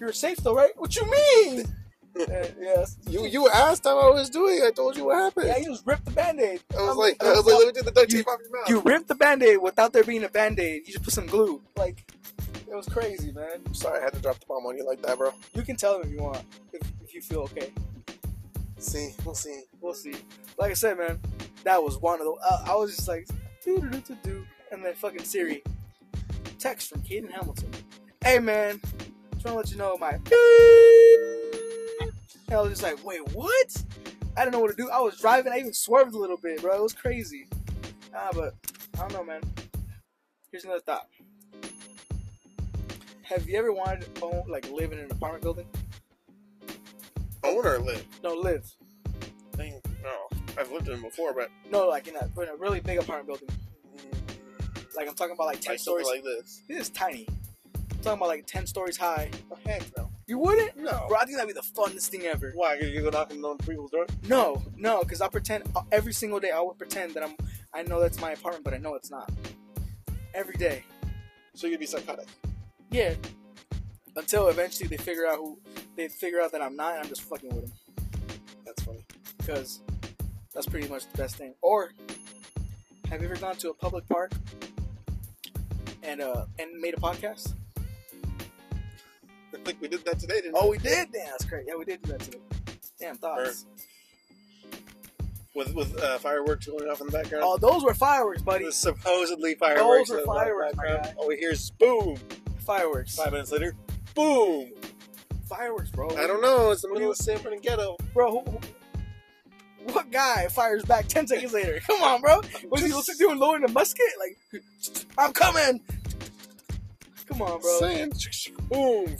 S1: You're safe though, right? What you mean? uh, yes.
S2: you you asked how I was doing. I told you what happened.
S1: Yeah, you just ripped the band-aid.
S2: I was
S1: I'm-
S2: like, I
S1: I'm-
S2: was like, let me take the duct
S1: you-
S2: tape off your mouth.
S1: you ripped the band-aid without there being a band-aid. You just put some glue. Like, it was crazy, man.
S2: I'm sorry, I had to drop the bomb on you like that, bro.
S1: You can tell them if you want, if, if you feel okay.
S2: See, we'll see.
S1: We'll see. Like I said, man, that was one of the. Uh, I was just like, doo doo doo doo, and then fucking Siri, text from Caden Hamilton. Hey man, trying to let you know my. beep." And I was just like, wait, what? I didn't know what to do. I was driving. I even swerved a little bit, bro. It was crazy. Ah, but I don't know, man. Here's another thought. Have you ever wanted to own, like, live in an apartment building?
S2: Owner live.
S1: No, live.
S2: Thing. No, I've lived in them before, but
S1: No, like in a, in a really big apartment building.
S2: mm,
S1: Like I'm talking about like ten
S2: like
S1: stories.
S2: something like this.
S1: this is tiny. I'm talking about like ten stories high.
S2: Oh, heck no.
S1: You wouldn't,
S2: No.
S1: bro? I think that'd be the funnest thing ever.
S2: Why? Because you go knocking on people's door?
S1: No, no, because I pretend uh, every single day. I would pretend that I'm. I know that's my apartment, but I know it's not. Every day.
S2: So you'd be psychotic.
S1: Yeah. Until eventually they figure out who they figure out that I'm not. And I'm just fucking with them
S2: That's funny.
S1: because that's pretty much the best thing. Or have you ever gone to a public park and uh and made a podcast?
S2: I think we did that today, didn't
S1: Oh,
S2: we?
S1: we did. Damn, that's crazy. Yeah, we did do that today. Damn thoughts.
S2: With with uh, fireworks going off in the background.
S1: Oh, those were fireworks, buddy.
S2: With supposedly fireworks.
S1: Those are
S2: in the
S1: fireworks, my
S2: background.
S1: guy.
S2: All we hear is boom.
S1: Fireworks.
S2: Five minutes later, boom.
S1: Fireworks, bro.
S2: I don't know. It's the
S1: What
S2: middle
S1: do
S2: of San Ghetto.
S1: bro. Who, who- what guy fires back ten seconds later? Come on, bro. What is he doing? Lowering the musket? Like, I'm coming. Come on, bro.
S2: Saying boom,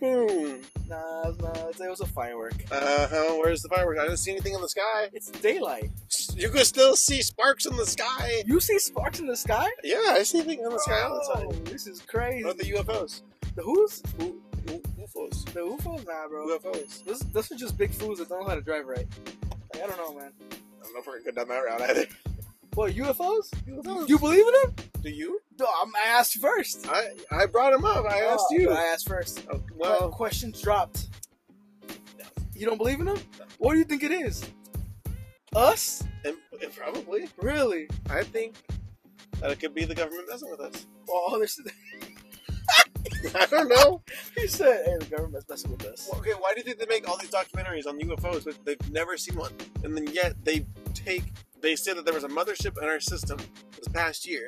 S2: boom.
S1: Nah, nah. It was a firework.
S2: Uh huh. Where's the fireworks? I didn't see anything in the sky.
S1: It's daylight.
S2: You can still see sparks in the sky.
S1: You see sparks in the sky?
S2: Yeah, I see things in the sky all the time.
S1: Oh, This is crazy.
S2: Not the UFOs.
S1: The who's?
S2: U- U- UFOs.
S1: The UFOs? Nah, bro.
S2: UFOs.
S1: This, this is just big fools that don't know how to drive right. Like, I don't know, man.
S2: I don't know if we're gonna go down that route either.
S1: What UFOs?
S2: UFOs.
S1: You believe in them?
S2: Do you?
S1: No, I'm, I asked first.
S2: I I brought him up. I asked
S1: Oh,
S2: you.
S1: I asked first.
S2: Oh,
S1: Well,
S2: well,
S1: questions dropped.
S2: No.
S1: You don't believe in them?
S2: No.
S1: What do you think it is? Us?
S2: and, and probably.
S1: Really?
S2: I think that it could be the government messing with us.
S1: Oh, there's.
S2: I don't know.
S1: He said, "Hey, the government's messing with us."
S2: Okay, why do you think they make all these documentaries on UFOs, but they've never seen one? And then yet they take, they said that there was a mothership in our system this past year,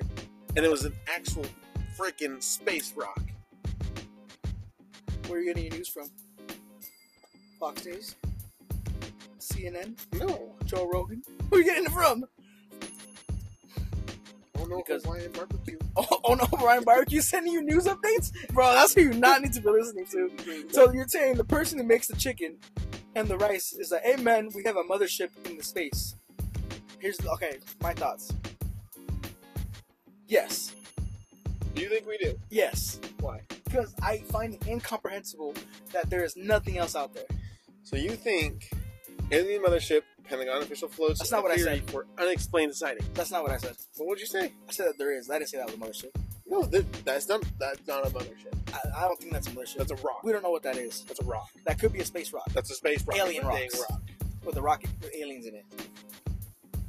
S2: and it was an actual freaking space rock.
S1: Where are you getting your news from? Fox News, CNN,
S2: No,
S1: Joe Rogan. Where are you getting it from?
S2: I don't know
S1: Because-
S2: Hawaiian barbecue.
S1: Oh, oh no, Ryan Barbecue sending you news updates, bro. That's who you not need to be listening to. So you're saying the person who makes the chicken and the rice is like, hey man, we have a mothership in the space. Here's the, okay, my thoughts. Yes,
S2: Do you think we do?
S1: yes,
S2: Why?
S1: because I find it incomprehensible that there is nothing else out there.
S2: So you think alien mothership, Pentagon official floats
S1: That's not
S2: a
S1: what I
S2: theory
S1: said.
S2: for unexplained sighting?
S1: That's not what I said.
S2: What would you say?
S1: I said that there is. I didn't say that was a mothership.
S2: No, th- that's not that's not a mothership.
S1: I, I don't think that's a mothership.
S2: That's a rock.
S1: we don't know what that is.
S2: That's a rock.
S1: That could be a space rock
S2: That's a space rock. It's
S1: Alien
S2: a dang
S1: rocks.
S2: rock.
S1: with a rocket with aliens in it.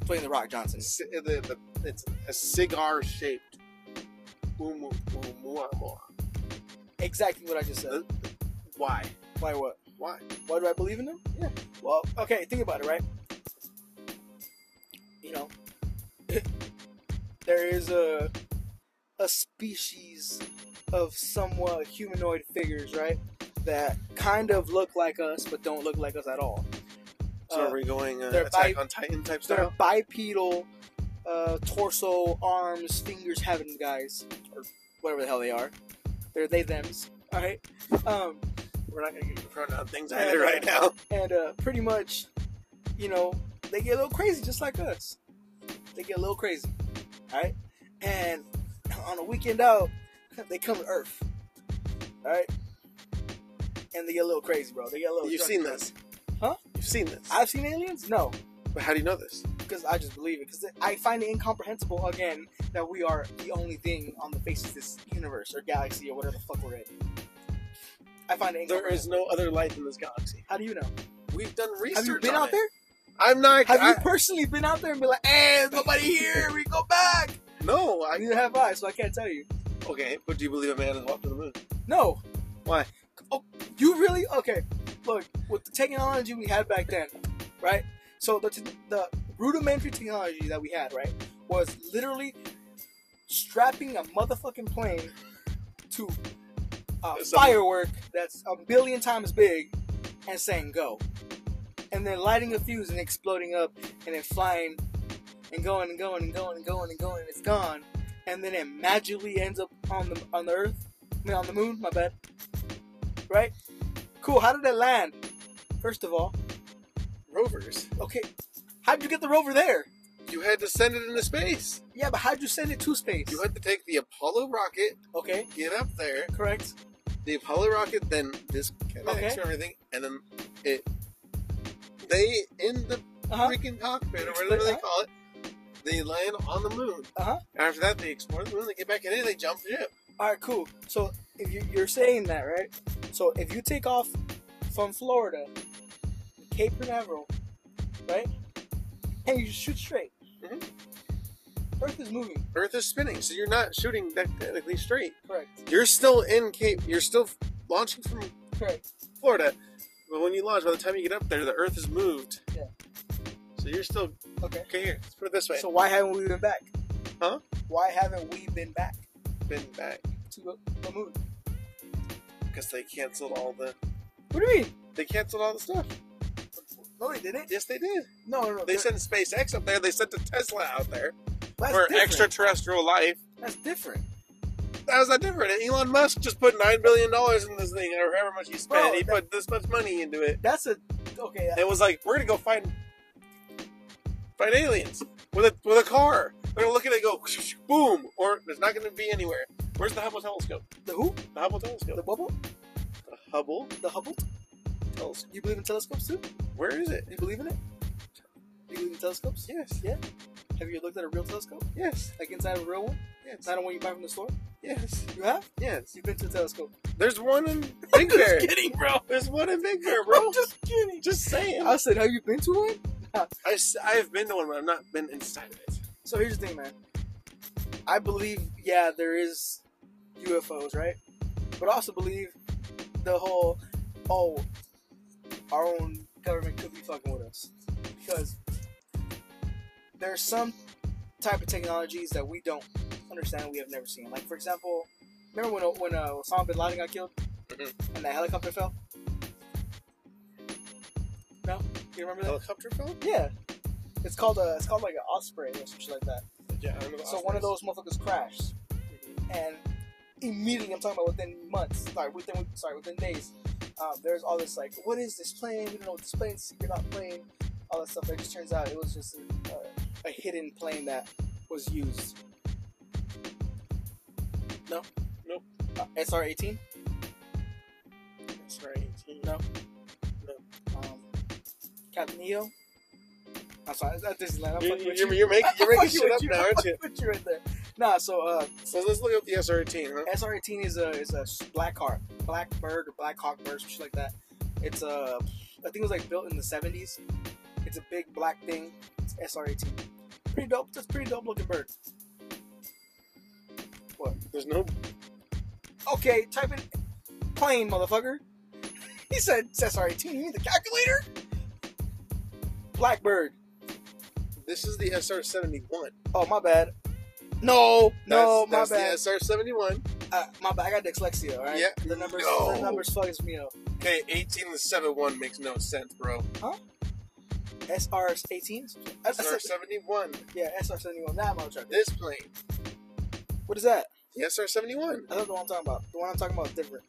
S1: Playing the Rock Johnson.
S2: It's, the, the, it's a cigar shaped. Why?
S1: Exactly what I just said. Why what?
S2: Why?
S1: Why do I believe in them?
S2: Yeah.
S1: Well, okay, think about it, right? You know, there is a a species of somewhat humanoid figures, right? That kind of look like us, but don't look like us at all.
S2: So
S1: Uh,
S2: are we going uh,
S1: they're
S2: Attack
S1: bi-
S2: on Titan type
S1: they're
S2: stuff?
S1: bipedal, uh, torso, arms, fingers, having guys, or whatever the hell they are. They're they them's. All right. Um,
S2: We're not gonna get you thrown out things either right now.
S1: and uh, pretty much, you know, they get a little crazy just like us. They get a little crazy, all right? And on a weekend out, they come to Earth, all right? And they get a little crazy, bro. They get a little.
S2: You've
S1: drunk.
S2: seen this.
S1: Huh?
S2: You've seen this.
S1: I've seen aliens. No,
S2: but how do you know this?
S1: because I just believe it. Because I find it incomprehensible again that we are the only thing on the face of this universe or galaxy or whatever the fuck we're in. I find it
S2: There
S1: incomprehensible.
S2: is no other life in this galaxy.
S1: How do you know?
S2: We've done research.
S1: Have you been
S2: on
S1: out
S2: it.
S1: there?
S2: I'm not.
S1: Have
S2: I,
S1: you personally been out there and been like, "Hey, there's nobody here. We go back."
S2: no.
S1: I
S2: I,
S1: Neither have I, so I can't tell you.
S2: okay, but do you believe a man has walked to the moon?
S1: No.
S2: Why?
S1: Oh, you really? Okay. Look, with the technology we had back then, right? So the, t- the rudimentary technology that we had, right, was literally strapping a motherfucking plane to a
S2: Something-
S1: firework that's a billion times big and saying go. And then lighting a fuse and exploding up and then flying and going and going and going and going and going and it's gone. And then it magically ends up on the on the earth. I mean, on the moon, my bad. Right? Cool, how did it land? First of all.
S2: Rovers.
S1: Okay. How'd you get the rover there?
S2: You had to send it into space.
S1: Yeah, but how'd you send it to space?
S2: You had to take the Apollo rocket,
S1: Okay,
S2: get up there.
S1: correct.
S2: The Apollo rocket then disconnects
S1: Okay.
S2: from everything, and then it. They in the
S1: Uh-huh.
S2: freaking cockpit or
S1: Explain-
S2: whatever they
S1: uh-huh.
S2: call it. They land on the moon.
S1: Uh-huh.
S2: After that, they explore the moon. They get back in it. They jump ship.
S1: All right, cool. So if you, you're saying that, right? So if you take off from Florida, Cape Canaveral, right, and you shoot straight,
S2: Mhm.
S1: Earth is moving.
S2: Earth is spinning, so you're not shooting that technically straight.
S1: Correct.
S2: You're still in Cape. You're still launching from
S1: Correct.
S2: Florida, but when you launch, by the time you get up there, the Earth has moved.
S1: Yeah.
S2: So you're still
S1: Okay.
S2: okay. Here, let's put it this way.
S1: So why haven't we been back?
S2: Huh?
S1: Why haven't we been back
S2: been back
S1: to the, the moon?
S2: because they canceled all the
S1: What do you mean?
S2: they canceled all the stuff.
S1: No, they didn't.
S2: Yes, they did.
S1: No, no, no.
S2: They sent SpaceX up there. They sent a Tesla out there
S1: that's
S2: for
S1: different.
S2: extraterrestrial life.
S1: That's different.
S2: How's that different? Elon Musk just put nine billion dollars in this thing, or however much he spent.
S1: Bro,
S2: he
S1: that-
S2: put this much money into it.
S1: That's a okay. uh,
S2: It was like we're gonna go find find aliens with a with a car. They're gonna look at it, and go boom, or there's not gonna be anywhere. Where's the Hubble telescope?
S1: The who?
S2: The Hubble
S1: The
S2: telescope.
S1: bubble?
S2: The Hubble
S1: The Hubble?
S2: telescope.
S1: You believe in telescopes too?
S2: Where is it?
S1: You believe in it? You believe in telescopes?
S2: Yes.
S1: Have you looked at a real telescope?
S2: Yes.
S1: Like inside of a real one?
S2: Yes.
S1: Not a one you buy from the store?
S2: Yes.
S1: You have?
S2: Yes.
S1: You've been to a telescope.
S2: There's one in Big Bear.
S1: kidding, bro.
S2: There's one in Big Bear, bro.
S1: just kidding.
S2: Just saying.
S1: I said, have you been to one?
S2: I, have been to one, but I've not been inside of it.
S1: So here's the thing, man. I believe, yeah, there is UFOs, right? But I also believe the whole, oh, our own government could be fucking with us. Because there's some type of technologies that we don't understand, we have never seen. Like, for example, remember when, when uh, Osama bin Laden got killed?
S2: Mhm.
S1: And that helicopter fell? No? You remember that?
S2: Helicopter film?
S1: Yeah. It's called a, it's called like an Osprey or something like that.
S2: Yeah, I remember.
S1: So one of those motherfuckers crashed, and immediately I'm talking about within months, sorry, within sorry, within days. Um, there's all this like, what is this plane? We don't know what this plane. is. You're not playing. All that stuff. It just turns out it was just a, a, a hidden plane that was used. No.
S2: Nope.
S1: Uh, SR-18.
S2: Sorry,
S1: No. Um, Captain EO. I'm sorry. That's Disneyland. I'm
S2: You're,
S1: fucking with
S2: you're,
S1: you.
S2: you're making, you're making
S1: I'm fucking
S2: shit
S1: with
S2: up
S1: you.
S2: now,
S1: I'm
S2: aren't you?
S1: fucking with you right there. Nah. So uh,
S2: So let's look up the SR-18, huh?
S1: SR-18 is a is a black hawk, black bird or black hawk bird, something like that. It's a I think it was like built in the 70s. It's a big black thing. It's SR-18. Pretty dope. That's a pretty dope looking bird.
S2: There's no
S1: Okay, type in plane, motherfucker. He said it's SR-18. You mean the calculator? Black bird.
S2: This is the SR seventy one.
S1: Oh my bad. No, no, my
S2: that's
S1: bad.
S2: The SR seventy one.
S1: Uh, my bad. I got dyslexia. All right.
S2: Yeah.
S1: The numbers.
S2: No.
S1: The numbers fucks me up.
S2: Okay, eighteen to seven one makes no sense, bro.
S1: SR-18.
S2: SR seventy one.
S1: Yeah, SR-71. Nah, I'm on track.
S2: This plane.
S1: What is that?
S2: The SR seventy one.
S1: I don't know what I'm talking about. The one I'm talking about is different.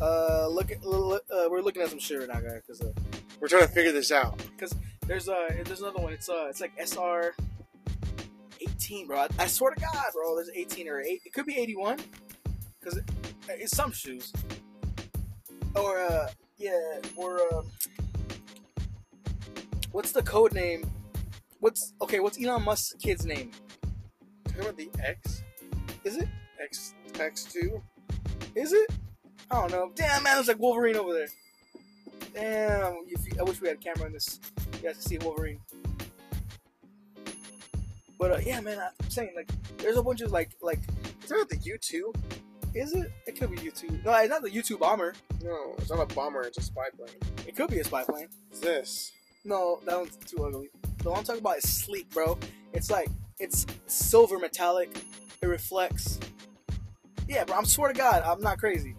S1: Uh, look, at, look uh, we're looking at some shit right now, guys, because uh,
S2: We're trying to figure this out.
S1: there's uh, there's another one. It's uh, it's like SR. 18, bro. I, I swear to God, bro. There's 18 or 8. It could be 81, because it, uh, it's some shoes. Or uh, yeah, or um, what's the code name? What's okay? What's Elon Musk's kid's name?
S2: Talking about the X,
S1: Is it?
S2: X, X two.
S1: Is it? I don't know. Damn, man, it's like Wolverine over there. Damn, if you, I wish we had a camera on this. You guys can see Wolverine. But uh, yeah, man, I'm saying like, there's a bunch of like, like,
S2: Talking about the U two.
S1: is it? It could be YouTube. No, it's not the YouTube bomber.
S2: No, it's not a bomber. It's a spy plane.
S1: It could be a spy plane.
S2: It's this.
S1: No, that one's too ugly. The one I'm talking about is sleek, bro. It's like it's silver metallic. It reflects. Yeah, bro. I'm swear to God, I'm not crazy.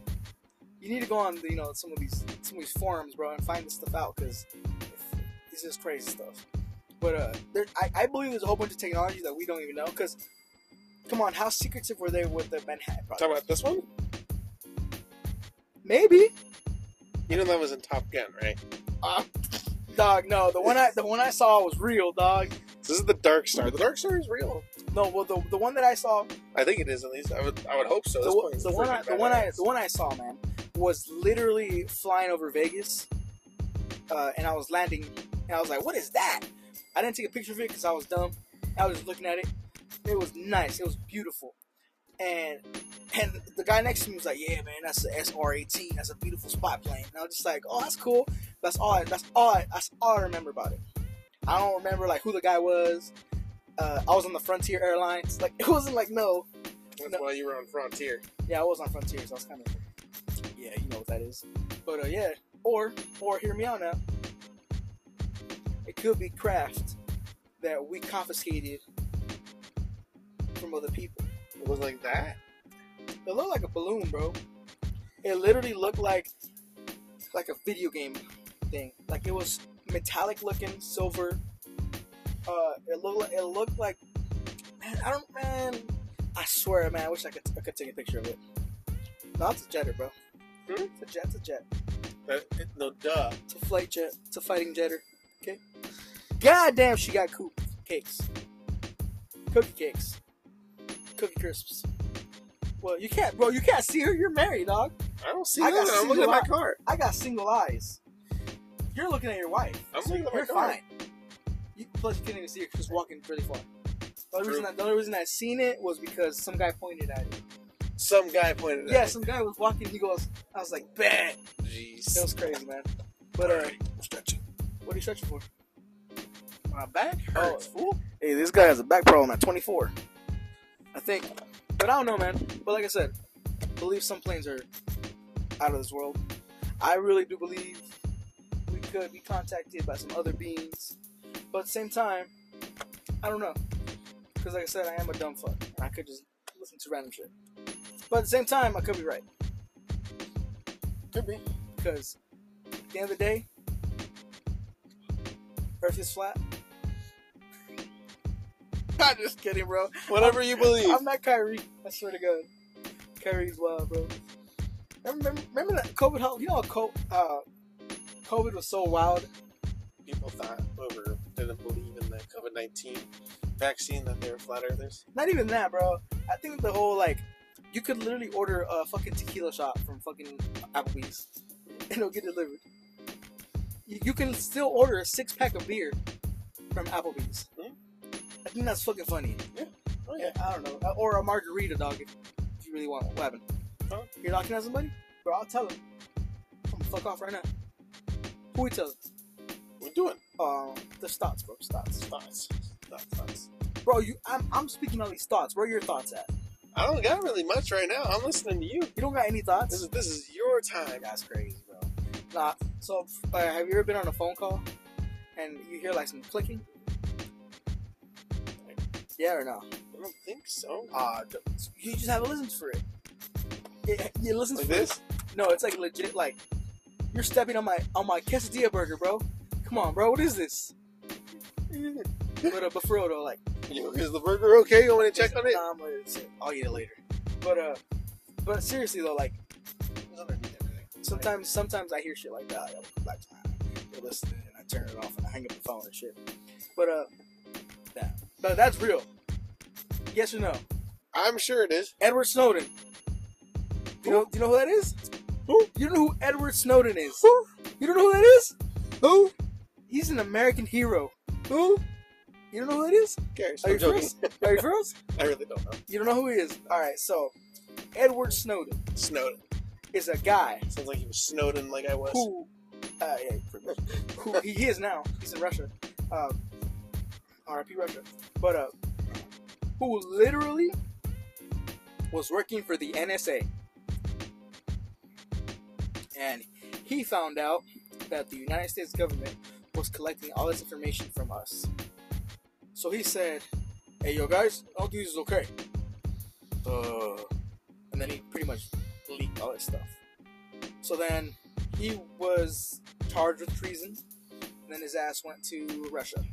S1: You need to go on, you know, some of these some of these forums, bro, and find this stuff out because it's just crazy stuff. But uh, there, I, I believe there's a whole bunch of technology that we don't even know. Cause, come on, how secretive were they with the Manhattan Project?
S2: Talking about this one.
S1: Maybe,
S2: You know that was in Top Gun, right?
S1: dog. No, the one I the one I saw was real, dog.
S2: This is the Dark Star. The Dark Star is real.
S1: No, well, the, the one that I saw
S2: I think it is at least. I would. I would hope so.
S1: the,
S2: This
S1: one-
S2: plane's
S1: the one I,
S2: freaking
S1: the one I
S2: badass.
S1: the one I saw man was literally flying over Vegas, uh, and I was landing, and I was like, "What is that?" I didn't take a picture of it because I was dumb. I was just looking at it. It was nice. It was beautiful, and and the guy next to me was like, "Yeah, man, that's a SR-18. That's a beautiful spot plane." And I was just like, "Oh, that's cool. That's all. I, that's all. I, that's all I remember about it. I don't remember like who the guy was. Uh, I was on the Frontier Airlines. Like it wasn't like no."
S2: That's why you were on Frontier.
S1: Yeah, I was on Frontier, so I was kind of yeah, you know what that is. But uh, yeah, or or hear me out now. It could be craft that we confiscated from other people.
S2: It was like that.
S1: It looked like a balloon, bro. It literally looked like like a video game thing. Like it was metallic looking, silver. Uh, it looked like, it looked like man, I don't man. I swear, man, I wish I could I could take a picture of it. No, it's a jetter, bro.
S2: Hmm?
S1: It's a jet, it's a jet,
S2: That- it- no, duh.
S1: it's a flight jet, it's a fighting jetter. Okay. Goddamn, she got coop cakes, cookie cakes, cookie crisps. Well, you can't, bro. You can't see her. You're married, dog.
S2: I don't see
S1: I
S2: that.
S1: got
S2: I'm looking at
S1: single
S2: my
S1: eye.
S2: car.
S1: I got single eyes. You're looking at your wife.
S2: I'm looking at my
S1: You're
S2: car.
S1: fine. You, plus, you can't even see her 'cause she's walking really far. The only,
S2: True.
S1: reason I, the only reason I seen it was because some guy pointed at it.
S2: Some guy pointed.
S1: Yeah, some guy was walking. He goes, I was like, bet.
S2: At it. Jeez.
S1: It was crazy, man. But uh,
S2: I'm stretching.
S1: what are you stretching for?
S2: My back hurts. fool.
S1: Oh, Hey, this guy has a back problem at 24. I think. But I don't know, man. But like I said, I believe some planes are out of this world. I really do believe we could be contacted by some other beings. But at the same time, I don't know. Because like I said, I am a dumb fuck. I could just listen to random shit. But at the same time, I could be right.
S2: Could be.
S1: Because at the end of the day, Earth is flat. I'm just kidding, bro.
S2: Whatever you believe.
S1: I'm not Kyrie. I swear to God, Kyrie's wild, bro. I Remember, remember that COVID? How you know how co- uh, COVID was so wild?
S2: People thought over didn't believe in the COVID nineteen vaccine that they were flat earthers.
S1: Not even that, bro. I think the whole like, you could literally order a fucking tequila shot from fucking Applebee's, and it'll get delivered. You, you can still order a six pack of beer from Applebee's.
S2: Hmm?
S1: I think that's fucking funny.
S2: Oh
S1: Yeah, I don't know. Or a margarita, dog, if if you really want one. What happened?
S2: Huh?
S1: You're not gonna have somebody? Bro, I'll tell him. I'm gonna fuck off right now. Who we telling?
S2: We're doing
S1: Um, there's thoughts, bro. There's thoughts.
S2: thoughts. Thoughts. Thoughts.
S1: Bro, you, I'm, I'm speaking on these thoughts. Where are your thoughts at?
S2: I don't got really much right now. I'm listening to you.
S1: You don't got any
S2: This
S1: thoughts?
S2: is this is your time.
S1: That's crazy, bro. Nah, so uh, have you ever been on a phone call and you hear like some clicking? Yeah or no?
S2: I don't think so.
S1: Uh, you just haven't listened for it. It, it listens
S2: Like
S1: for it.
S2: this?
S1: No, it's like legit. Like you're stepping on my on my quesadilla burger, bro. Come on, bro. What is this? But uh, but for real though, like
S2: Yo, is the burger okay? You want to check on it?
S1: Nah, I'm gonna- I'll eat it later. But uh, but seriously though, like
S2: It's underneath everything.
S1: Sometimes, sometimes I hear shit like that. Like, I'm like, ah, you're listening, and I turn it off and I hang up the phone and shit. But uh, that, but that's real. Yes or no?
S2: I'm sure it is.
S1: Edward Snowden. You know, do you know who that is?
S2: Who?
S1: You don't know who Edward Snowden is?
S2: Who?
S1: You don't know who that is?
S2: Who?
S1: He's an American hero.
S2: Who?
S1: You don't know who that is?
S2: Cares?
S1: Are
S2: I'm
S1: you
S2: joking.
S1: froze? Are you froze?
S2: I really don't know.
S1: You don't know who he is? All right, so Edward Snowden
S2: Snowden.
S1: is a guy
S2: Sounds like he was Snowden, like I was.
S1: who, uh, yeah, pretty much. who he is now. He's in Russia. Uh, R.I.P. Russia. But uh, who literally was working for the NSA, and he found out that the United States government was collecting all this information from us. So he said, "Hey, yo, guys, I don't think this is okay." Uh, and then he pretty much leaked all this stuff. So then he was charged with treason, and then his ass went to Russia.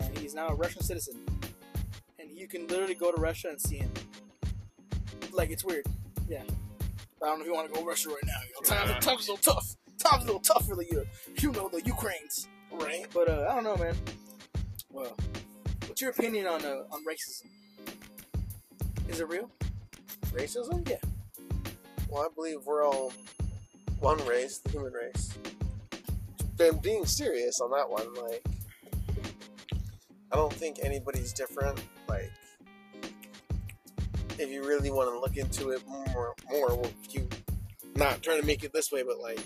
S1: And he's now a Russian citizen. And you can literally go to Russia and see him. Like, it's weird. Yeah. I don't know if you want to go Russia right now. You know, times, times are a little tough. Times are a little tough for the, uh, you know, the Ukraines.
S2: Right?
S1: But uh, I don't know, man. Well, what's your opinion on uh, on racism? Is it real?
S2: Racism?
S1: Yeah.
S2: Well, I believe we're all one race, the human race. Been being serious on that one, like I don't think anybody's different. Like, if you really want to look into it more, more, well, if you not trying to make it this way, but like,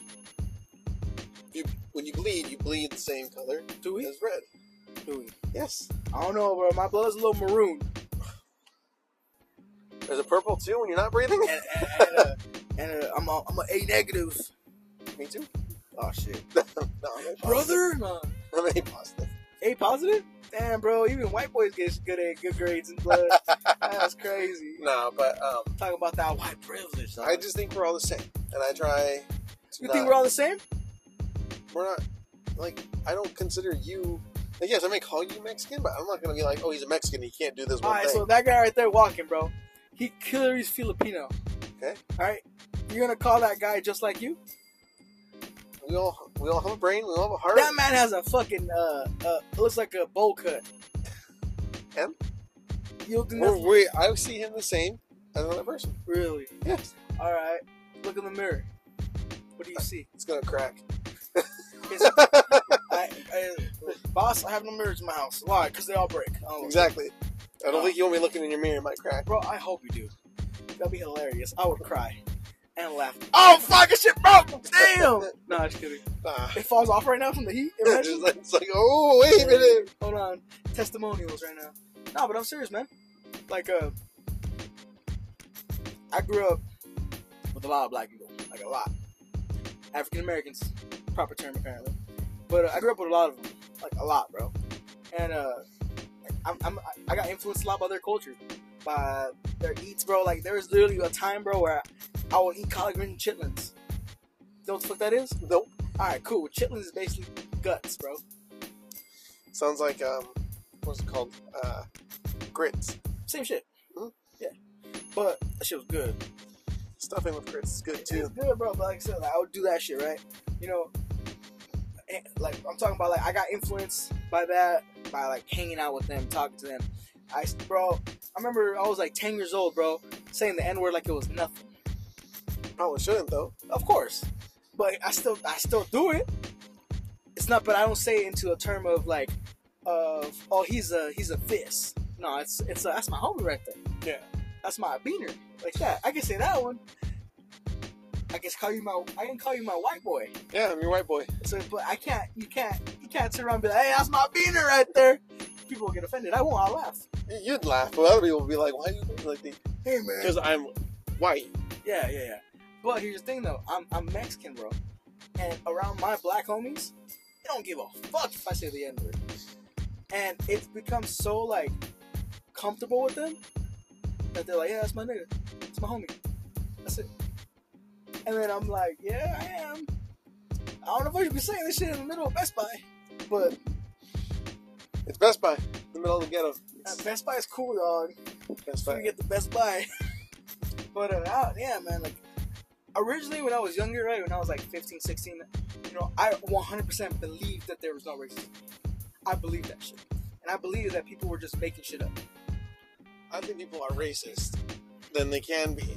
S2: you when you bleed, you bleed the same color
S1: Do we?
S2: as red.
S1: Do we?
S2: Yes.
S1: I don't know, bro. My blood's a little maroon.
S2: There's a purple too when you're not breathing.
S1: and, and, and, uh, and uh, I'm a, I'm a A negative.
S2: Me too.
S1: Oh shit,
S2: No, I'm a positive.
S1: brother. Nah.
S2: I'm a positive.
S1: A positive? Damn, bro. Even white boys get good A, good grades in blood. That's crazy.
S2: Nah, but um,
S1: Talk about that white privilege. dog.
S2: I just think we're all the same, and I try. To
S1: you
S2: not,
S1: think we're all the same?
S2: We're not. Like I don't consider you. Like yes, I may call you Mexican, but I'm not gonna be like, oh, he's a Mexican. He can't do this
S1: All
S2: one
S1: right,
S2: thing.
S1: so that guy right there walking, bro. He clearly is Filipino.
S2: Okay.
S1: All right. You're gonna call that guy just like you?
S2: we all we all have a brain. We all have a heart.
S1: That man has a fucking uh, uh looks like a bowl cut.
S2: Him?
S1: You don't think
S2: We're,
S1: that's
S2: we I see him the same as another person.
S1: really?
S2: Yes,
S1: All right. Look in the mirror. What do you see?
S2: it's gonna crack.
S1: It's- I, I, boss, I have no mirrors in my house. Why? Because they all break. Oh,
S2: exactly. I don't think you want me looking in your mirror. It might crack.
S1: Bro, I hope you do. That'd be hilarious. I would cry and laugh.
S2: Oh fucking shit, bro!
S1: Damn! nah, just kidding.
S2: nah.
S1: It falls off right now from the heat.
S2: Ah. it's,
S1: Imagine.
S2: like, it's like, oh wait a minute.
S1: Hold on. Testimonials right now. Nah, but I'm serious, man. Like, uh, I grew up with a lot of black people. Like, a lot. African Americans. Proper term, apparently. But uh, I grew up with a lot of them. Like, a lot, bro. And, uh, like, I'm, I'm, I got influenced a lot by their culture, by their eats, bro. Like, there was literally a time, bro, where I, I would eat collard greens and chitlins. You know what the fuck that is?
S2: Nope.
S1: All right, cool. Chitlins is basically guts, bro.
S2: Sounds like um, what's it called? Uh, grits.
S1: Same shit.
S2: Mhm.
S1: Yeah. But that shit was good.
S2: Stuffing with grits is good
S1: It was
S2: too.
S1: good, bro. But like I said, like, I would do that shit, right? You know, and, like I'm talking about, like I got influenced by that, by like hanging out with them, talking to them. I, bro, I remember I was like 10 years old, bro, saying the N word like it was nothing.
S2: Probably shouldn't though.
S1: Of course, but I still, I still do it. It's not, but I don't say it into a term of like, of oh he's a he's a this. No, it's it's a, that's my homie right there.
S2: Yeah.
S1: That's my beaner. Like that. I can say that one. I can call you my I can call you my white boy.
S2: Yeah, I'm your white boy.
S1: So but I can't you can't you can't turn around and be like, hey, that's my beaner right there. People will get offended. I won't, I'll laugh.
S2: Y- You'd laugh, but other people would be like, "Why do you look like the?"
S1: Hey man.
S2: Because I'm white.
S1: Yeah, yeah, yeah. But here's the thing though, I'm I'm Mexican, bro. And around my black homies, they don't give a fuck if I say the N-word. And it's become so like comfortable with them that they're like, yeah, that's my nigga. That's my homie. That's it. And then I'm like, yeah, I am. I don't know if I should be saying this shit in the middle of Best Buy. But
S2: It's Best Buy, in the middle of the ghetto.
S1: uh, Best Buy is cool, dog.
S2: Best
S1: Trying
S2: Buy.
S1: to get the Best Buy. but uh, I- yeah, man, like originally when I was younger, right, when I was like 15, 16, you know, I 100% believed that there was no racism. I believed that shit. And I believed that people were just making shit up.
S2: I think people are racist than they can be,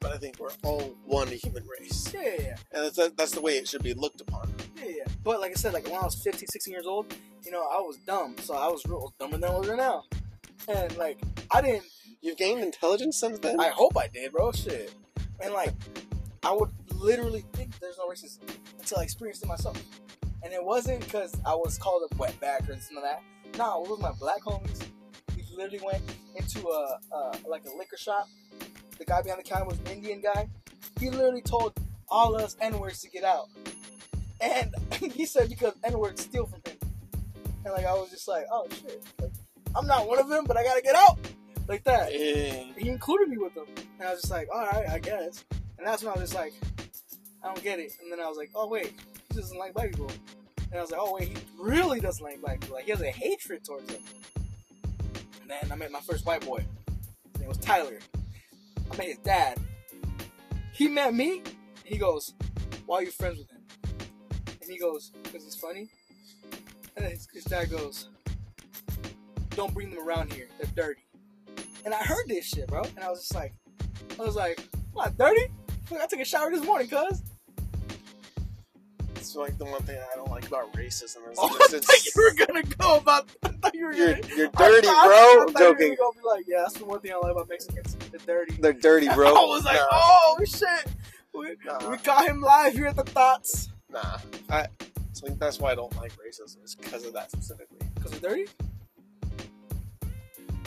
S2: but I think we're all one human race,
S1: Yeah, yeah, yeah.
S2: and that's that's the way it should be looked upon.
S1: Yeah, yeah. But like I said, like when I was 15, 16 years old, you know, I was dumb. So I was real dumber than I was right now. And like, I didn't,
S2: You've gained intelligence since then.
S1: I hope I did, bro. Shit. And like, I would literally think there's no racism until I experienced it myself. And it wasn't because I was called a wetback or some of that. No, it was my black homies. We literally went into a, a like a liquor shop. The guy behind the counter was an Indian guy. He literally told all us N words to get out, and he said because N words steal from him. And like I was just like, oh shit, Like, I'm not one of them, but I gotta get out like that
S2: Eh,
S1: he included me with them. And I was just like, all right, I guess. And that's when I was just like, I don't get it. And then I was like, oh, wait, he doesn't like black people. And I was like, oh, wait, he really doesn't like black people. Like, he has a hatred towards them. And then I met my first white boy. His name was Tyler. I met his dad. He met me. He goes, why are you friends with him? And he goes, because he's funny. And then his, his dad goes, don't bring them around here. They're dirty. And I heard this shit, bro. And I was just like, I was like, what, dirty? Look, I took a shower this morning, cuz.
S2: It's like the one thing I don't like about racism is
S1: Oh,
S2: just
S1: I thought
S2: it's,
S1: you were gonna go about. I thought you were
S2: you're,
S1: gonna.
S2: you're
S1: I
S2: dirty,
S1: thought-
S2: bro. I'm
S1: I thought you were
S2: joking.
S1: gonna be like, yeah, that's the one thing I like about Mexicans. They're dirty.
S2: They're dirty, bro.
S1: I was like,
S2: Nah.
S1: oh shit. We,
S2: Nah.
S1: we caught him live here at the thoughts.
S2: Nah, I. So that's why I don't like racism. Is because of that specifically.
S1: Cause they're dirty.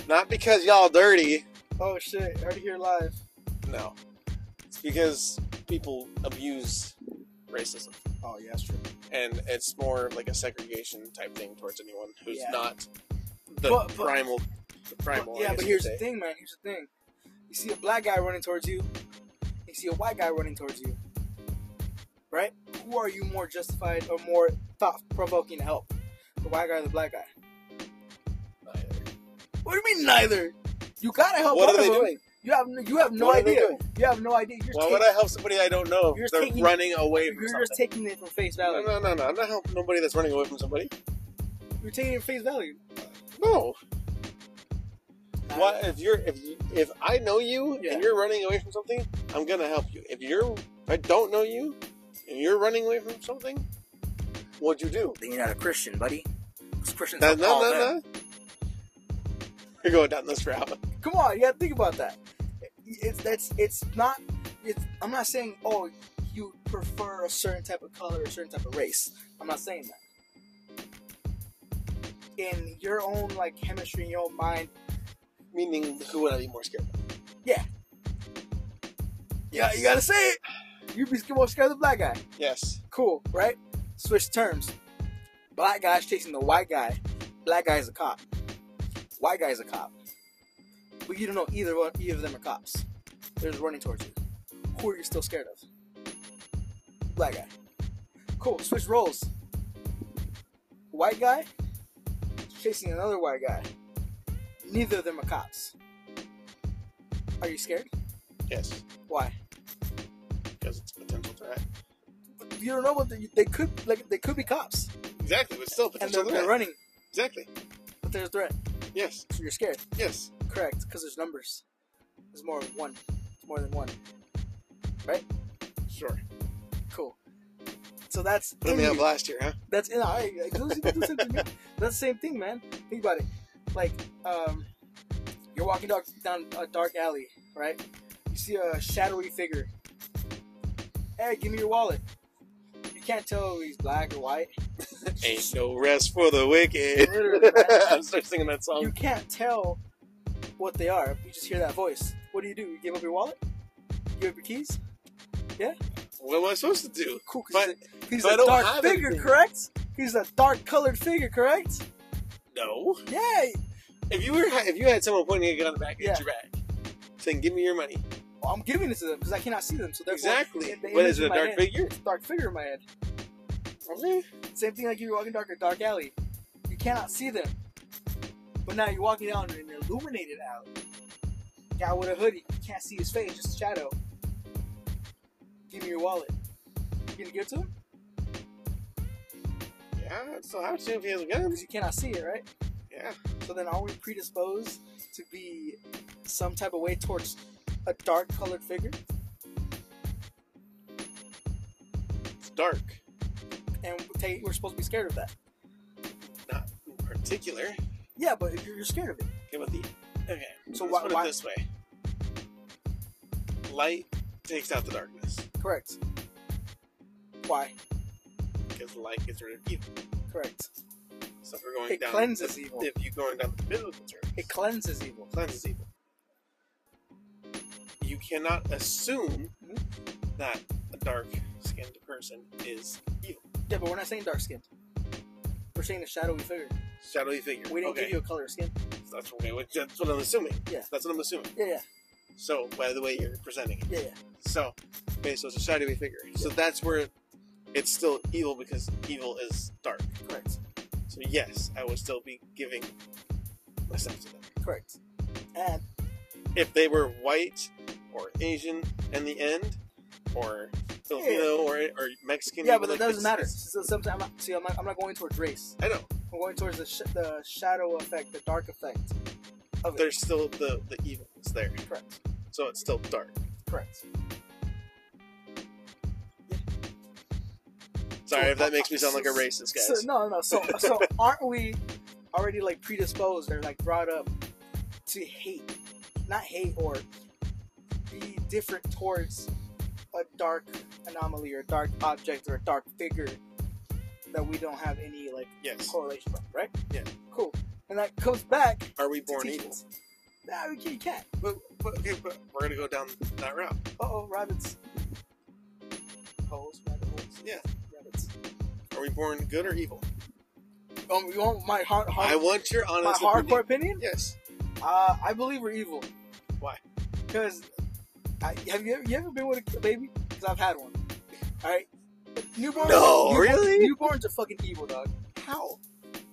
S2: Not because y'all dirty.
S1: Oh shit! Already here live.
S2: No, it's because people abuse racism,
S1: Oh yeah, that's true.
S2: and it's more of like a segregation type thing towards anyone who's
S1: Yeah.
S2: not the
S1: But- but-
S2: primal. The primal. I
S1: yeah,
S2: guess
S1: but
S2: you'd
S1: here's
S2: say.
S1: the thing, man. Here's the thing. You see a black guy running towards you. You see a white guy running towards you. Right? Who are you more justified or more thought provoking to help? The white guy or the black guy? What do you mean neither? You gotta help.
S2: What
S1: one
S2: are they
S1: of them.
S2: doing?
S1: You have you have no
S2: What are they
S1: idea.
S2: doing?
S1: You have no idea. You're,
S2: Why
S1: taking,
S2: would I help somebody I don't know?
S1: You're
S2: if They're
S1: taking-
S2: running away from
S1: you're just
S2: something.
S1: taking it from face
S2: No,
S1: value.
S2: no, no, no. I'm not helping nobody that's running away from somebody.
S1: You're taking it at face value.
S2: No.
S1: Nah,
S2: What if you're if you, if I know you
S1: Yeah.
S2: and you're running away from something, I'm gonna help you. If you're if I don't know you and you're running away from something, what'd you do?
S1: Then you're not a Christian, buddy. Those Christians
S2: No,
S1: are
S2: no,
S1: all
S2: no,
S1: them.
S2: no. You're going down this route.
S1: Come on, you gotta think about that. It's that's it's not. It's I'm not saying oh you prefer a certain type of color, or a certain type of race. I'm not saying that. In your own like chemistry, in your own mind,
S2: Meaning, who would I be more scared of?
S1: yeah, you gotta say it. You'd be more scared of the black guy.
S2: Yes.
S1: Cool, right? Switch terms. Black guy's chasing the white guy. Black guy's a cop. White guy's a cop. But you don't know either one, either of them are cops. They're just running towards you. Who are you still scared of? Black guy. Cool. Switch roles. White guy chasing another white guy. Neither of them are cops. Are you scared?
S2: Yes.
S1: Why?
S2: Because it's a potential threat.
S1: You don't know what they, they could like. They could be cops,
S2: Exactly. But still, a
S1: and
S2: potential
S1: they're, they're
S2: threat.
S1: running,
S2: Exactly.
S1: but there's a threat.
S2: Yes.
S1: So you're scared.
S2: Yes.
S1: Correct, because there's numbers. There's more than one. It's more than one.
S2: Sure.
S1: Cool. So that's
S2: Put
S1: in
S2: me
S1: you.
S2: up last year, huh?
S1: That's in. All right, like, do the same- do the same thing, man. That's the same thing, man. Think about it. Like, um, you're walking dog down a dark alley, right? You see a shadowy figure. Hey, give me your wallet. You can't tell if he's black or white.
S2: Ain't no rest for the wicked.
S1: Literally, man.
S2: I'm start singing that song.
S1: you can't tell what they are. You just hear that voice. What do you do? You give up your wallet? You give up your keys?
S2: What am I supposed to do?
S1: Cool, 'cause
S2: But
S1: He's
S2: But I
S1: a
S2: don't
S1: dark
S2: have
S1: figure,
S2: anything.
S1: correct? He's a dark colored figure, correct?
S2: no.
S1: Yay!
S2: If you were, if you had someone pointing a gun on the back at
S1: Yeah.
S2: your back, saying, "Give me your money,"
S1: Well, I'm giving it to them because I cannot see them. So therefore,
S2: exactly.
S1: the
S2: What
S1: image
S2: is it?
S1: in
S2: A
S1: my
S2: dark
S1: head-
S2: figure?
S1: it's a dark figure in my head.
S2: Okay.
S1: Same thing like you're walking dark a dark alley. You cannot see them, but now you're walking down an illuminated alley. Guy with a hoodie, you can't see his face, just a shadow. Give me your wallet. You gonna give it to him?
S2: Yeah, I still have to if he has a gun.
S1: Because you cannot see it, right?
S2: Yeah.
S1: So then are we predisposed to be some type of way towards a dark colored figure?
S2: It's dark.
S1: And we take, we're supposed to be scared of that.
S2: Not in particular.
S1: Yeah, but you're, you're scared of it.
S2: Okay, but the okay.
S1: So
S2: let's
S1: why-
S2: put it
S1: why-
S2: this way? Light takes out the darkness
S1: Correct. Why?
S2: because light gets rid of evil.
S1: Correct.
S2: So if we're going
S1: It
S2: down,
S1: cleanses evil.
S2: if you're going down the biblical terms,
S1: It cleanses evil.
S2: cleanses evil. You cannot assume that a dark-skinned person is evil.
S1: Yeah, but we're not saying dark skinned. We're saying a shadowy figure.
S2: Shadowy figure.
S1: We didn't
S2: okay.
S1: give you a color of skin.
S2: That's what, we- that's what I'm assuming.
S1: Yeah.
S2: That's what I'm assuming.
S1: Yeah, yeah,
S2: So by the way you're presenting it.
S1: yeah, yeah.
S2: So, okay, so it's a shadowy figure. So that's where it's still evil because evil is dark.
S1: Correct.
S2: So yes, I would still be giving myself to them.
S1: Correct. And
S2: If they were white or Asian in the end, or Filipino or, or Mexican.
S1: yeah,
S2: even,
S1: but that
S2: like,
S1: doesn't
S2: it's-
S1: matter.
S2: it's-
S1: So sometimes I'm not, see, I'm not, I'm not going towards race.
S2: I know
S1: I'm going towards the, sh- the shadow effect, the dark effect. Of it.
S2: there's still the the evil is there,
S1: Correct.
S2: so it's still dark.
S1: Correct.
S2: Sorry
S1: So-
S2: if that makes me sound like a
S1: so-
S2: racist, guys.
S1: So, no, no. So, so aren't we already like predisposed or like brought up to hate, not hate or be different towards a dark anomaly or a dark object or a dark figure that we don't have any like
S2: yes.
S1: correlation from, right?
S2: Yeah.
S1: Cool. And that comes back to
S2: Are we born
S1: teach
S2: evil?
S1: us. Nah, we can't- you can't.
S2: But, but okay, but we're gonna go down that route.
S1: Uh oh, rabbits. Holes, rabbit holes.
S2: Yeah.
S1: Rabbits.
S2: Are we born good or evil?
S1: Um, you want my hard,
S2: I
S1: hard
S2: want your
S1: my
S2: honest
S1: hardcore
S2: opinion.
S1: opinion?
S2: Yes.
S1: Uh, I believe we're evil.
S2: Why?
S1: Because have you ever, you ever been with a baby? Because I've had one. All right, newborns.
S2: No,
S1: newborns,
S2: really?
S1: Newborns are fucking evil, dog.
S2: How?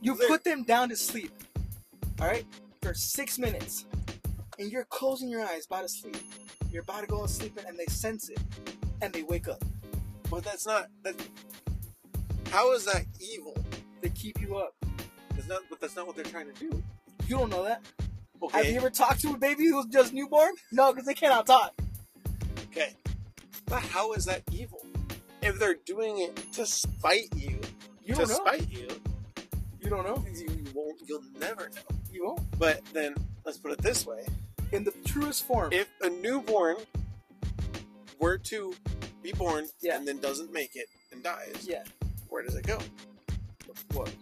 S1: You
S2: They're-
S1: put them down to sleep. All right, for six minutes, and you're closing your eyes, about to sleep. You're about to go and sleep, and they sense it, and they wake up.
S2: But that's not that. How is that evil?
S1: They keep you up.
S2: That's not. But that's not what they're trying to do.
S1: You don't know that. Have
S2: Okay.
S1: you ever talked to a baby who's just newborn? No, because they cannot talk.
S2: okay. But how is that evil? If they're doing it to spite you,
S1: You
S2: to
S1: don't know.
S2: spite you,
S1: You don't know.
S2: you, you won't. You'll never know.
S1: You won't.
S2: But then let's put it this way:
S1: In the truest form.
S2: if a newborn were to be born
S1: Yeah.
S2: and then doesn't make it and dies,
S1: yeah.
S2: where does it go?
S1: What?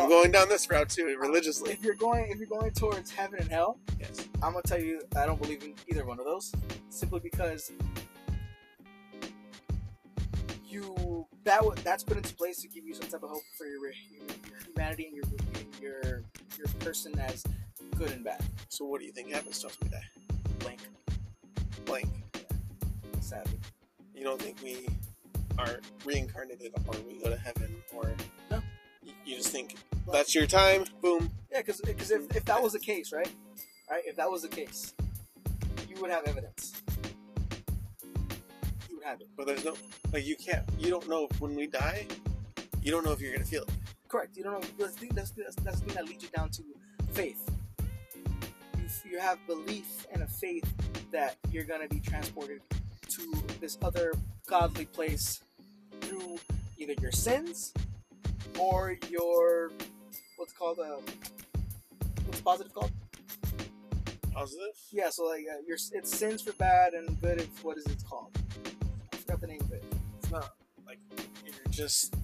S2: I'm going down this route too, religiously.
S1: if you're going if you're going towards heaven and hell,
S2: Yes.
S1: I'm gonna tell you I don't believe in either one of those. Simply because you that wa- that's put into place to give you some type of hope for your, your, your humanity and your and your your person as good and bad.
S2: So what do you think happens to us when we die?
S1: Blank,
S2: Blank.
S1: sadly.
S2: You don't think we are reincarnated or we go to heaven or
S1: No.
S2: Y- You just think that's your time, boom.
S1: Yeah, because if, if that was the case, right? Right? If that was the case, you would have evidence. You would have it.
S2: But there's no like you can't you don't know if when we die, you don't know if you're gonna feel it.
S1: Correct. You don't know. That's the, thing- that's, that's, that's the thing that leads you down to faith. You, f- you have belief and a faith that you're going to be transported to this other godly place through either your sins or your what's it called um, what's positive called
S2: Positive?
S1: yeah so like uh, your s- it's sins for bad and good it's what is it called i forgot the name of it
S2: It's not like you're just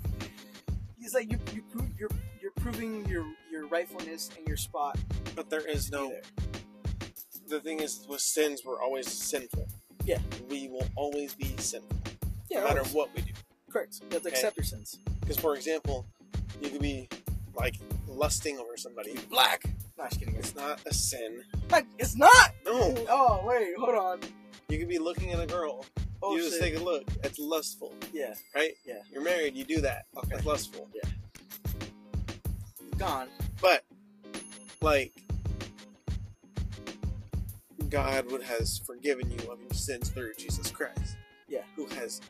S1: it's like you, you prove you're you're proving your your rightfulness and your spot
S2: but there is no
S1: there.
S2: the thing is with sins we're always sinful.
S1: Yeah.
S2: We will always be sinful.
S1: yeah
S2: no matter
S1: always.
S2: what we do.
S1: Correct. You have to
S2: Okay.
S1: accept your sins.
S2: Because, for example, you could be like lusting over somebody.
S1: Black. No, just kidding. It's,
S2: It's not a sin.
S1: like, it's not.
S2: No,
S1: Oh wait, hold on.
S2: you could be looking at a girl.
S1: Oh
S2: you just
S1: shit.
S2: take a look. It's lustful,
S1: yeah.
S2: right?
S1: Yeah.
S2: You're married. You do that.
S1: Okay.
S2: It's lustful.
S1: Gone.
S2: But like, God would has forgiven you of your sins through Jesus Christ.
S1: Yeah.
S2: who has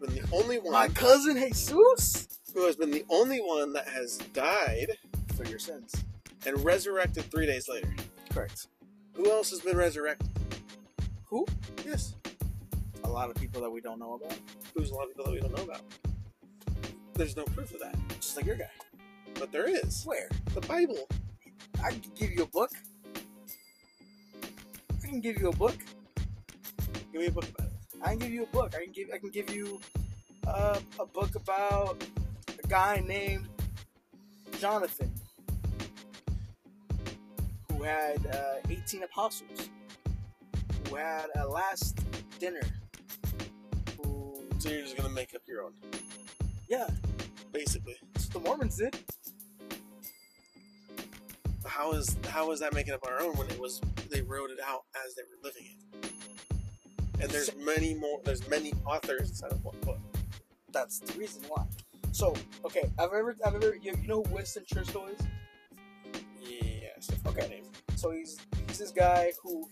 S2: been the only
S1: My
S2: one
S1: cousin Jesus
S2: who has been the only one that has died
S1: for your sins.
S2: and resurrected three days later.
S1: Correct.
S2: Who else has been resurrected?
S1: Who?
S2: Yes.
S1: A lot of people that we don't know about,
S2: Who's a lot of people that we don't know about? There's no proof of that,
S1: just like your guy.
S2: but there is
S1: Where?
S2: the Bible.
S1: I can give you a book. I can give you a book.
S2: Give me a book about it.
S1: I can give you a book. I can give I can give you uh, a book about a guy named Jonathan who had uh, 18 apostles, who had a last dinner. Who,
S2: So you're just gonna make up your own,
S1: yeah,
S2: basically.
S1: that's what the Mormons did.
S2: How is how is that making up our own when it was they wrote it out as they were living it? And there's many more. There's many authors inside of one book.
S1: That's the reason why. So okay, I've ever I've ever you, you know who Winston Churchill is?
S2: Yes. I forgot the name.
S1: So he's he's this guy who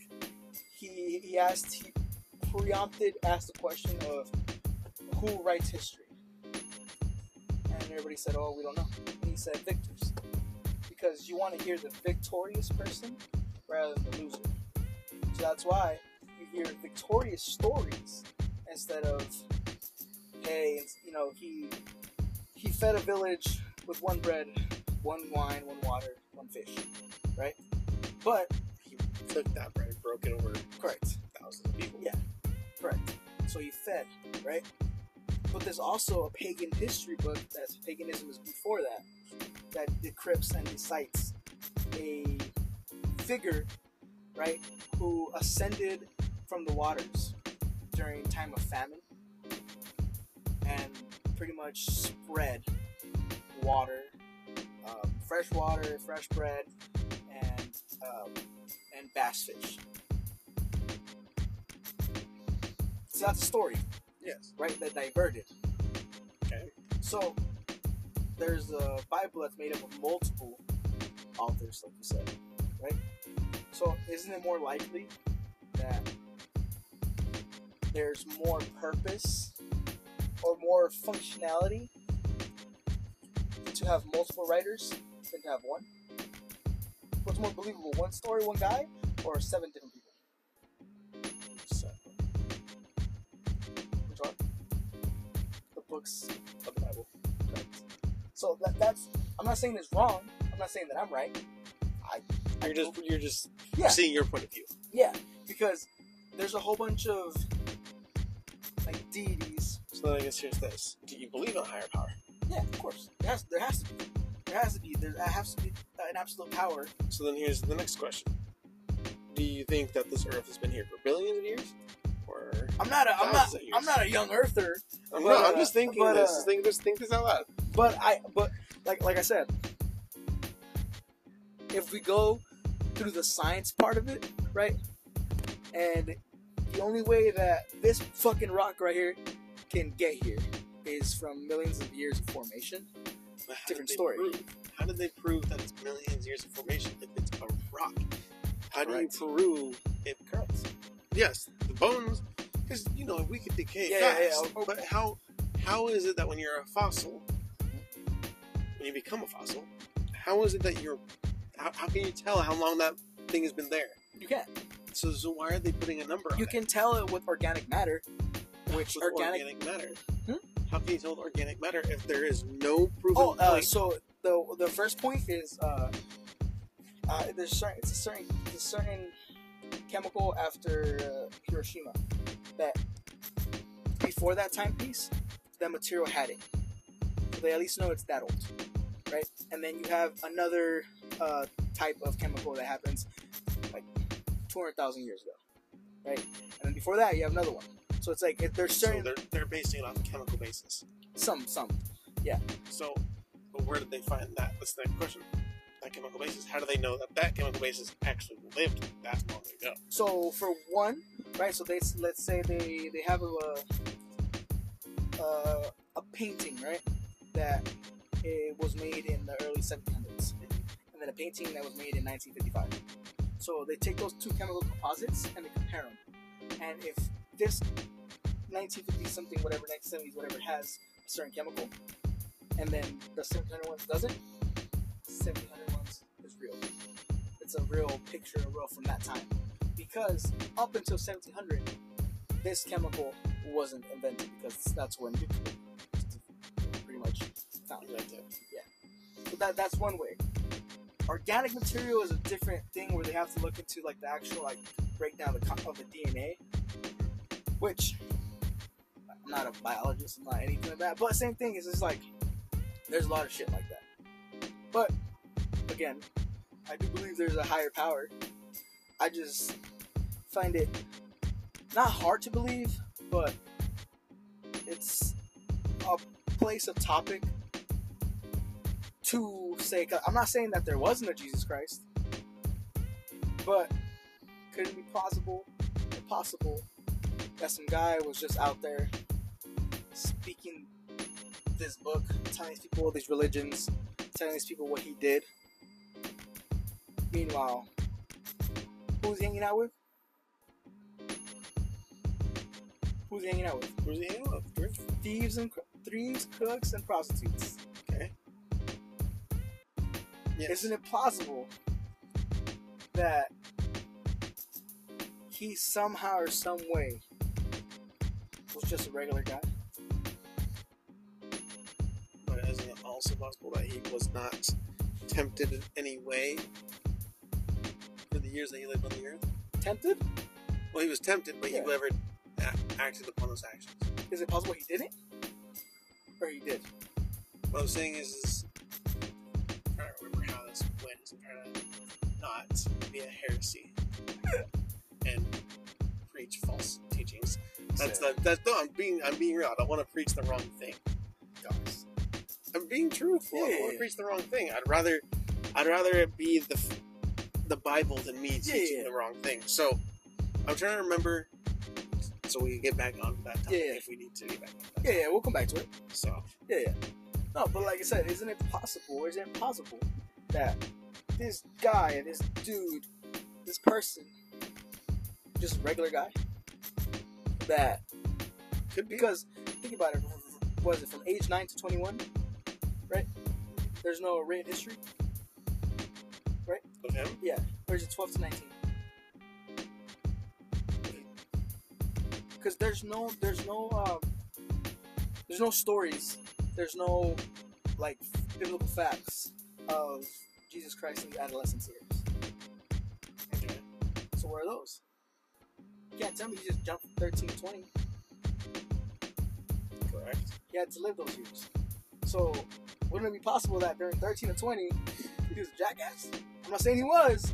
S1: he he asked he preempted asked the question of who writes history, and everybody said, "Oh, we don't know." And he said, "Victors," because you want to hear the victorious person rather than the loser. So that's why you hear victorious stories instead of, "Hey, it's- you know he he fed a village with one bread, one wine, one water, one fish." But
S2: He took that bread and broke it over
S1: correct.
S2: thousands of people.
S1: Yeah. Correct. So he fed, right? But there's also a pagan history book that's paganism is before that, that decrypts and recites a figure, right, who ascended from the waters during time of famine and pretty much spread water, um, fresh water, fresh bread, and um, and bass fish. So that's the story
S2: Yes.
S1: right? That diverted.
S2: Okay.
S1: So there's a Bible that's made up of multiple authors, like you said, right? So isn't it more likely that there's more purpose or more functionality to have multiple writers than to have one? What's more believable, one story, one guy, or seven different people?
S2: So,
S1: which are the books of the Bible. Correct. So that, that's I'm not saying it's wrong. I'm not saying that I'm right.
S2: you're just you're just
S1: Yeah.
S2: seeing your point of view.
S1: Yeah, because there's a whole bunch of like deities.
S2: So then I guess here's this: Do you believe in a higher power?
S1: Yeah, of course. There has, there has to be. There has to be. There has to be an absolute power.
S2: So then here's the next question: Do you think that this Earth has been here for billions of years, or
S1: I'm not a I'm not
S2: Thousands of years.
S1: I'm not a young earther,
S2: I'm,
S1: But,
S2: no, I'm
S1: uh,
S2: just thinking
S1: but,
S2: this.
S1: uh,
S2: think this. Think this out loud.
S1: but I but like like I said, if we go through the science part of it, right? And the only way that this fucking rock right here can get here is from millions of years of formation.
S2: But how did
S1: different
S2: they
S1: story.
S2: prove- how did they prove that it's millions of years of formation if it's a rock? How do
S1: Correct.
S2: you prove it curls? Yes, the bones, because you know we could decay
S1: Yeah, yeah, yeah, oh.
S2: fast.
S1: okay.
S2: But how how is it that when you're a fossil, when you become a fossil, how is it that you're how, how can you tell how long that thing has been there?
S1: You can
S2: So, so why are they putting a number on
S1: you
S2: it?
S1: can tell it with organic matter, which
S2: with
S1: organic.
S2: matter?
S1: Hmm?
S2: How can you tell with organic matter if there is no proven
S1: Oh, uh,
S2: point?
S1: so the the first point is uh, uh, there's certain it's a certain it's a certain chemical after uh, Hiroshima that before that timepiece that material had it. So they at least know it's that old, right? And then you have another uh, type of chemical that happens like 200,000 years ago, right? And then before that you have another one. So it's like if there's
S2: So
S1: certain
S2: they're, they're basing it off a chemical basis.
S1: some some
S2: So, but where did they find that? That's the next question. That chemical basis. How do they know that that chemical basis actually lived that long ago?
S1: So for one, right? So they let's say they they have a a, a painting, right? That it was made in the early 1700s, and then a painting that was made in 1955. So they take those two chemical composites and they compare them, and if this 1950 something, whatever, 1970s, whatever has a certain chemical, and then the 1700 ones doesn't. 1700 ones is real. It's a real picture, a real from that time, because up until 1700, this chemical wasn't invented because that's when people pretty much found it.
S2: Like that.
S1: So that that's one way. Organic material is a different thing where they have to look into like the actual like breakdown of the, co- of the DNA, which I'm not a biologist, I'm not anything like that. But same thing is it's like there's a lot of shit like that. But again, I do believe there's a higher power. I just find it not hard to believe, but it's a place of topic to say I'm not saying that there wasn't a Jesus Christ, but could it be plausible or possible that some guy was just out there speaking this book, telling these people these religions, telling these people what he did? Meanwhile, who's he hanging out with? Who's he hanging out with?
S2: Where's the hell of George?
S1: Thieves and cro- thieves, cooks, and prostitutes.
S2: Yes.
S1: Isn't it plausible that he somehow or some way was just a regular guy?
S2: But isn't it also possible that he was not tempted in any way for the years that he lived on the earth?
S1: Tempted?
S2: Well, he was tempted, but
S1: Yeah.
S2: he never a- acted upon those actions.
S1: Is it possible he didn't? Or he did?
S2: What I'm saying is, is I'm trying to remember how this went. so I'm trying to not be a heresy and preach false teachings. That's
S1: So,
S2: the, that's no. I'm being I'm being real. I don't want to preach the wrong thing.
S1: guys.
S2: I'm being truthful. I don't want
S1: Yeah.
S2: to preach the wrong thing. I'd rather I'd rather it be the f- the Bible than me teaching
S1: Yeah.
S2: the wrong thing. So I'm trying to remember. So we can get back on that topic
S1: Yeah.
S2: if we need to get back on that.
S1: Yeah, yeah, we'll come back to it.
S2: So
S1: Yeah, yeah. No, but like I said, isn't it possible? Is it possible that this guy, this dude, this person, just a regular guy, that
S2: could be
S1: Because think about it, was it from age nine to twenty one? Right? There's no written history.
S2: of him.
S1: Or is it twelve to nineteen? Because there's no, there's no, um, there's no stories. There's no like biblical facts of Jesus Christ in his adolescent years.
S2: Okay.
S1: So where are those? You can't tell me he just jumped from thirteen to twenty.
S2: Correct.
S1: he had to live those years. So, wouldn't it be possible that during 13 to 20, he was a jackass? I'm not saying he was,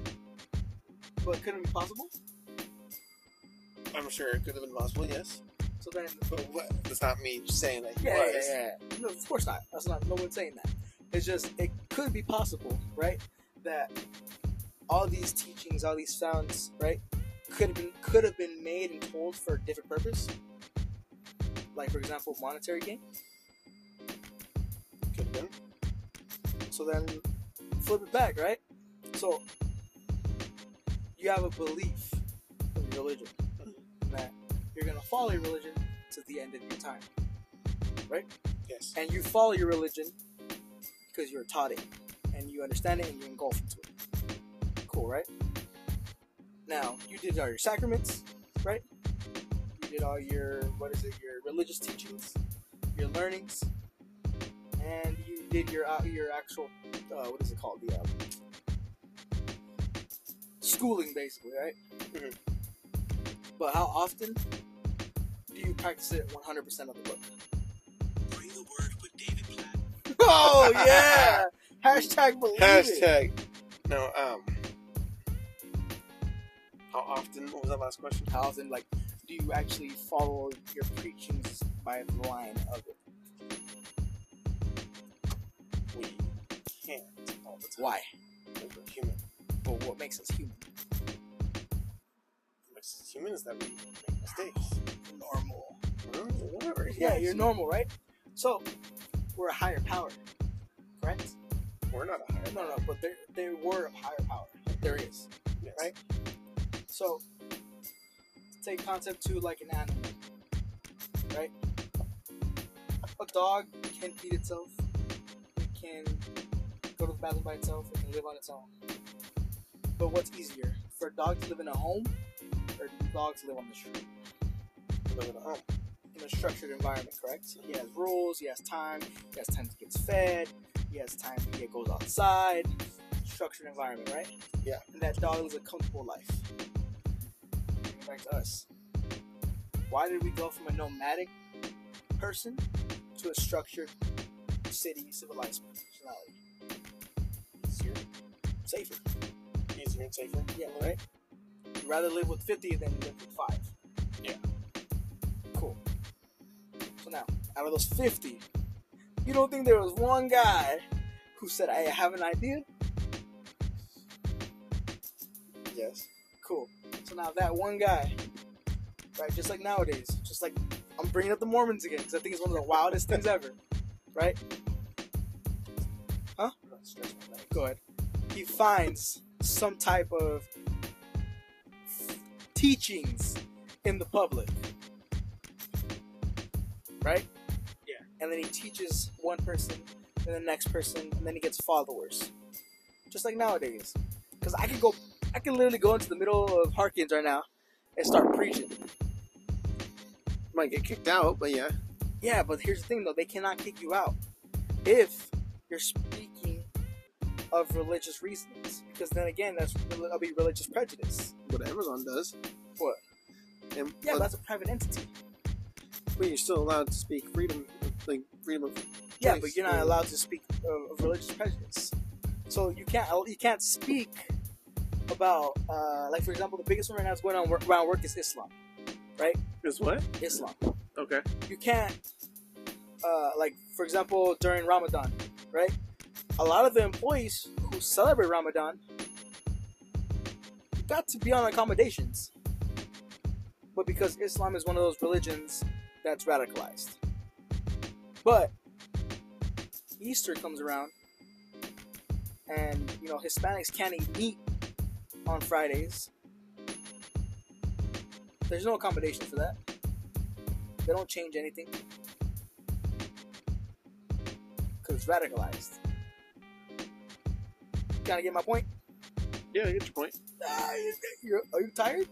S1: but couldn't it be possible?
S2: I'm sure it could have been possible, yes.
S1: So then,
S2: But what, that's not me saying that he
S1: yeah,
S2: was.
S1: yeah, yeah, yeah. No, of course not. That's not, no one's saying that. It's just, it could be possible, right? That all these teachings, all these sounds, right? Could have been could have been made and told for a different purpose, like for example, monetary gain.
S2: Could have been.
S1: So then flip it back, right? So you have a belief in your religion that you're gonna follow your religion to the end of your time.
S2: Yes.
S1: And you follow your religion because you're taught it and you understand it and you engulf into it. Cool, right? Now you did all your sacraments, right? You did all your what is it, your religious teachings, your learnings, and you did your uh, your actual uh, what is it called? The uh, schooling, basically, right?
S2: Mhm.
S1: But how often do you practice it 100% of the book?
S2: Bring the word with David Platt.
S1: Oh yeah! Hashtag believe it.
S2: Hashtag. No, um. How often? What was that last question?
S1: How often, like, do you actually follow your preachings by the line of it?
S2: We can't all the time.
S1: Why?
S2: Because we're human.
S1: Well, what makes us human?
S2: It's human is that we make mistakes.
S1: Normal.
S2: Or Whatever.
S1: Yeah, you're normal, right? So, we're a higher power, correct?
S2: We're not a higher.
S1: No, no, but there, there were a higher power. There is.
S2: Yes.
S1: Right? So, take concept to like an animal. right? A dog can feed itself. It can go to the bathroom by itself. It can live on its own. But what's easier, for a dog to live in a home, or a dog to live on the street?
S2: Live in a home.
S1: in a structured environment, correct? He has rules, he has time, he has time to get fed, he has time to get goes outside. Structured environment, right?
S2: Yeah.
S1: And that dog lives a comfortable life. Bring it Back to us. Why did we go from a nomadic person to a structured city civilized personality?
S2: Easier,
S1: Safer.
S2: easier and safer.
S1: Yeah, right? You'd rather live with 50 than live with 5.
S2: Yeah.
S1: Cool. So now, out of those 50, you don't think there was one guy who said, I have an idea?
S2: Yes.
S1: Cool. So now that one guy, right, just like nowadays, just like I'm bringing up the Mormons again because I think it's one of the wildest things ever, right?
S2: That's stressful.
S1: Go ahead. He finds some type of teachings in the public, right?
S2: Yeah.
S1: And then he teaches one person, then the next person, and then he gets followers, just like nowadays. Because I could go, I could literally go into the middle of Harkins right now and start preaching.
S2: Might get kicked out, but yeah.
S1: Yeah, but here's the thing though, they cannot kick you out if you're speaking of religious reasons. Because then again, that's that'll be religious prejudice.
S2: What Amazon does.
S1: What?
S2: And,
S1: Yeah, but
S2: but,
S1: that's a private entity.
S2: but you're still allowed to speak freedom, like freedom of
S1: Yeah,
S2: Choice.
S1: but you're not allowed to speak of, of religious prejudice. So you can't you can't speak about uh, like for example, the biggest one right now that's going on wor- around work is Islam.
S2: is what?
S1: Islam.
S2: Okay.
S1: you can't uh, like for example during ramadan right a lot of the employees who celebrate ramadan got to be on accommodations but because islam is one of those religions that's radicalized but easter comes around and you know hispanics can't eat meat on fridays there's no accommodation for that they don't change anything because it's radicalized. Kind of get my point?
S2: Yeah, I get your point.
S1: Ah, you- you're- are you tired?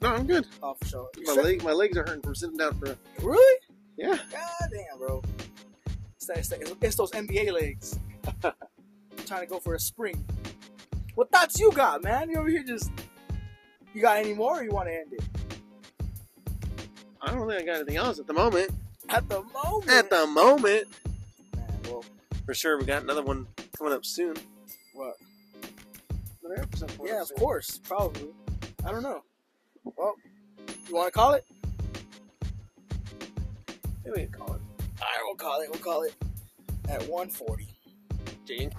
S2: No, I'm good.
S1: Oh, for sure. You
S2: My
S1: sure?
S2: leg, my legs are hurting from sitting down for.
S1: Really?
S2: Yeah.
S1: God damn, bro. It's, that- it's, that- it's- it's those NBA legs. trying to go for a spring. What thoughts you got, man? You over here just. You got any more or you want to end it?
S2: I don't think I got anything else at the moment.
S1: At the moment.
S2: At the moment,
S1: Man, well,
S2: for sure, we got another one coming up soon.
S1: what?
S2: Another episode coming
S1: Yeah,
S2: up
S1: of
S2: soon.
S1: course, probably. I don't know. Well, you want to call it?
S2: Maybe we can call it.
S1: All right, we'll call it. We'll call it at 140.
S2: Jane.